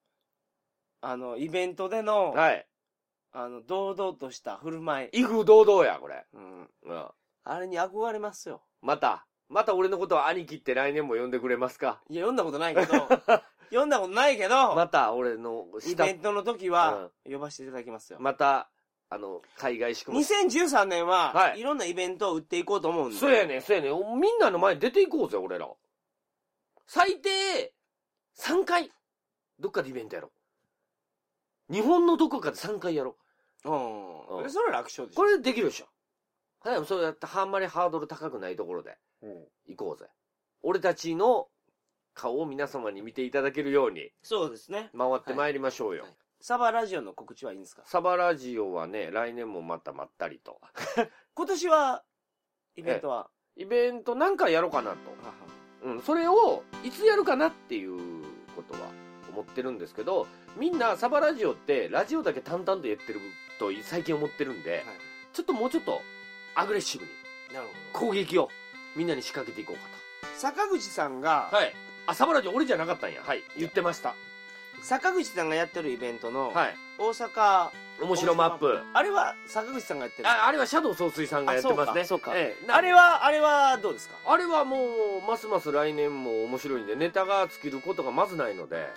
Speaker 1: あの、イベントでの、
Speaker 2: はい。
Speaker 1: あの、堂々とした振る舞い。
Speaker 2: 威風堂々や、これ。
Speaker 1: うん。
Speaker 2: うん。
Speaker 1: あれに憧れますよ。
Speaker 2: また、また俺のことは兄貴って来年も呼んでくれますか
Speaker 1: いや、読んだこと ないけど、読んだことないけど、
Speaker 2: また俺の
Speaker 1: イ
Speaker 2: 下
Speaker 1: ベントの時は、呼ばせていただきますよ。
Speaker 2: また、あの、海外仕組み。
Speaker 1: 2013年は、、
Speaker 2: はいい
Speaker 1: ろんなイベントを売っていこうと思うんで。
Speaker 2: そうやねん、そうやねん。みんなの前に出ていこうぜ、俺ら。最低、3回、どっかでイベントやろう。日本のどこかで3回やろ
Speaker 1: うん。
Speaker 2: うん
Speaker 1: それは楽勝で
Speaker 2: う。
Speaker 1: しょ。
Speaker 2: これできるでしょ。はい、そうやって、あんまりハードル高くないところで
Speaker 1: うん
Speaker 2: 行こうぜ。俺たちの顔を皆様に見ていただけるように
Speaker 1: そうですね。
Speaker 2: 回ってまいりましょうよ。
Speaker 1: はいサバラジオの告知はいいんですか
Speaker 2: サバラジオはね、来年もまたまったりと。
Speaker 1: 今年は、イベントは、
Speaker 2: イベントなんかやろうかなと。
Speaker 1: はは
Speaker 2: うん、それをいつやるかなっていうことは思ってるんですけど、みんなサバラジオってラジオだけ淡々と言ってると最近思ってるんで、
Speaker 1: はい
Speaker 2: ちょっともうちょっとアグレッシブに
Speaker 1: なるほ
Speaker 2: 攻撃をみんなに仕掛けていこうか
Speaker 1: ど。坂口さんが、
Speaker 2: と。はい。あ、サバラジオ俺じゃなかったんや。はい。言ってました。
Speaker 1: 坂口さんがやってるイベントの、
Speaker 2: はい。
Speaker 1: 大阪、
Speaker 2: 面白マップ。
Speaker 1: あれは坂口さんがやってる。
Speaker 2: ああれはシャドウ総帥さんがやってますね。
Speaker 1: あそうかそうか
Speaker 2: ええな
Speaker 1: あれは、あれはどうですか
Speaker 2: あれはもう、ますます来年も面白いんで、ネタが尽きることがまずないので、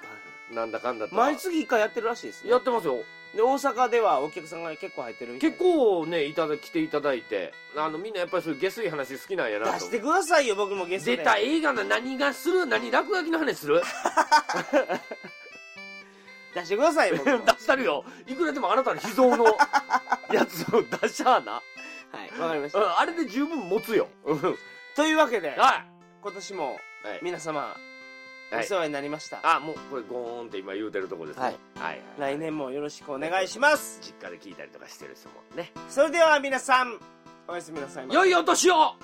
Speaker 2: なんだかんだと。
Speaker 1: 毎月1回やってるらしいですね
Speaker 2: やってますよ。
Speaker 1: で大阪ではお客さんが結構入ってるみたい
Speaker 2: 結構ね、いただ、来ていただいて、あの、みんなやっぱりそういう下水話好きなんやな
Speaker 1: 出
Speaker 2: と
Speaker 1: してくださいよ僕もゲストで
Speaker 2: 出た映画の何がする何落書きの 話する
Speaker 1: 出してくださいよ
Speaker 2: 出
Speaker 1: 僕も
Speaker 2: したるよ。いくらでもあなたの秘 蔵のやつを出しゃあな。
Speaker 1: はいわかりまし
Speaker 2: う
Speaker 1: た
Speaker 2: ん、あれで十分持つよ。うん。はい。
Speaker 1: というわけで
Speaker 2: は
Speaker 1: 今年も
Speaker 2: い。
Speaker 1: 皆様お
Speaker 2: はい
Speaker 1: 世、話になりました、
Speaker 2: あ、もうこれゴーンって今言うてるとこですね。
Speaker 1: はい。
Speaker 2: はい、
Speaker 1: 来年もよろしくお願いします
Speaker 2: 実家で聞いたりとかしてる人もね。
Speaker 1: それでは皆さんおやすみなさいませ
Speaker 2: 良いお年を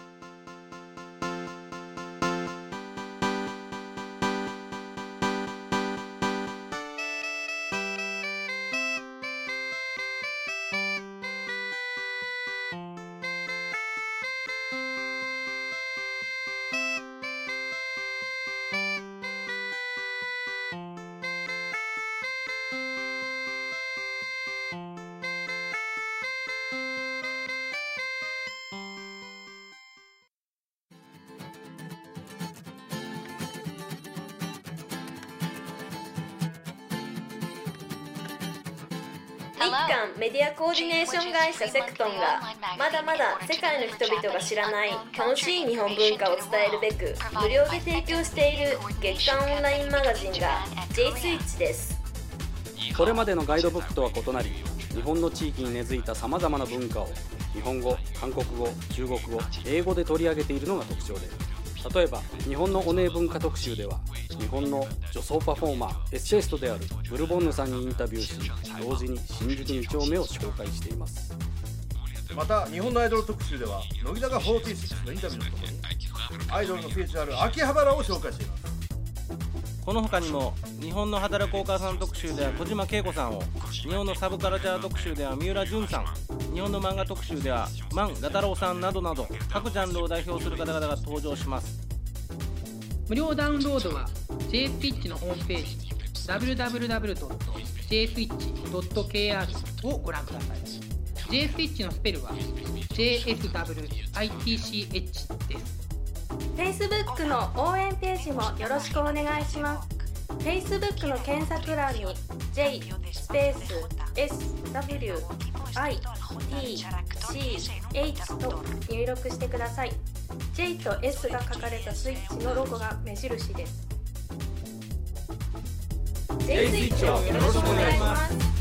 Speaker 3: 日韓メディアコー
Speaker 4: コ
Speaker 3: デ
Speaker 4: ーデ
Speaker 3: ィ
Speaker 4: ィ
Speaker 3: ネ
Speaker 4: ネー
Speaker 3: ーシ
Speaker 4: シ
Speaker 3: ョ
Speaker 4: ョ
Speaker 3: ン
Speaker 4: ン
Speaker 3: 会
Speaker 4: 会
Speaker 3: 社
Speaker 4: 社
Speaker 3: セ
Speaker 4: セ
Speaker 3: ク
Speaker 4: ク
Speaker 3: ト
Speaker 4: ト
Speaker 3: ン
Speaker 4: ン
Speaker 3: が
Speaker 4: がま
Speaker 3: まだ
Speaker 4: だ
Speaker 3: ま
Speaker 4: ま
Speaker 3: だ
Speaker 4: だ
Speaker 3: 世
Speaker 4: 世
Speaker 3: 界
Speaker 4: 界
Speaker 3: の
Speaker 4: の
Speaker 3: 人
Speaker 4: 人
Speaker 3: 々
Speaker 4: 々
Speaker 3: が
Speaker 4: が
Speaker 3: 知
Speaker 4: 知
Speaker 3: ら
Speaker 4: ら
Speaker 3: な
Speaker 4: ないい
Speaker 3: 楽
Speaker 4: 楽
Speaker 3: し
Speaker 4: し
Speaker 3: い
Speaker 4: い
Speaker 3: 日
Speaker 4: 日
Speaker 3: 本
Speaker 4: 本
Speaker 3: 文
Speaker 4: 文
Speaker 3: 化
Speaker 4: 化
Speaker 3: を
Speaker 4: を
Speaker 3: 伝
Speaker 4: 伝
Speaker 3: え
Speaker 4: え
Speaker 3: る
Speaker 4: る
Speaker 3: べ
Speaker 4: べ
Speaker 3: く
Speaker 4: く
Speaker 3: 無
Speaker 4: 無
Speaker 3: 料
Speaker 4: 料
Speaker 3: で
Speaker 4: で
Speaker 3: 提
Speaker 4: 提
Speaker 3: 供
Speaker 4: 供
Speaker 3: し
Speaker 4: してて
Speaker 3: い
Speaker 4: い
Speaker 3: る
Speaker 4: る
Speaker 3: 月
Speaker 4: 月
Speaker 3: 刊
Speaker 4: 刊オ
Speaker 3: オ
Speaker 4: ン
Speaker 3: ンラ
Speaker 4: ラ
Speaker 3: イ
Speaker 4: イ
Speaker 3: ン
Speaker 4: ン
Speaker 3: マ
Speaker 4: マ
Speaker 3: ガ
Speaker 4: ガ
Speaker 3: ジ
Speaker 4: ジ
Speaker 3: ン
Speaker 4: ンが
Speaker 3: が J スイッ
Speaker 4: J-Switch
Speaker 3: チです
Speaker 5: これまでのガイドブックとは異なり日本の地域に根付いたさまざまな文化を日本語韓国語中国語英語で取り上げているのが特徴で例えば日本のオネエ文化特集では日本の女装パフォーマーエッセイストであるブルボンヌさんにインタビューし同時に新宿2丁目を紹介しています
Speaker 6: また日本のアイドル特集では乃木坂46のインタビューとともにアイドルの聖地である秋葉原を紹介しています
Speaker 7: この他にも日本の働くお母さん特集では小島恵子さんを日本のサブカルチャー特集では三浦淳さん日本の漫画特集では万画太郎さんなどなど各ジャンルを代表する方々が登場します
Speaker 8: 無料ダウンロードは j s w i t c h のホームページ www.jswitch.kr をご覧ください j s w i t c h のスペルは JSWITCH です
Speaker 9: Facebook の応援ページもよろしくお願いします Facebook の検索欄に J スペース SWITCH と入力してください J と S が書かれたスイッチのロゴが目印です J スイッチをよろしくお願いします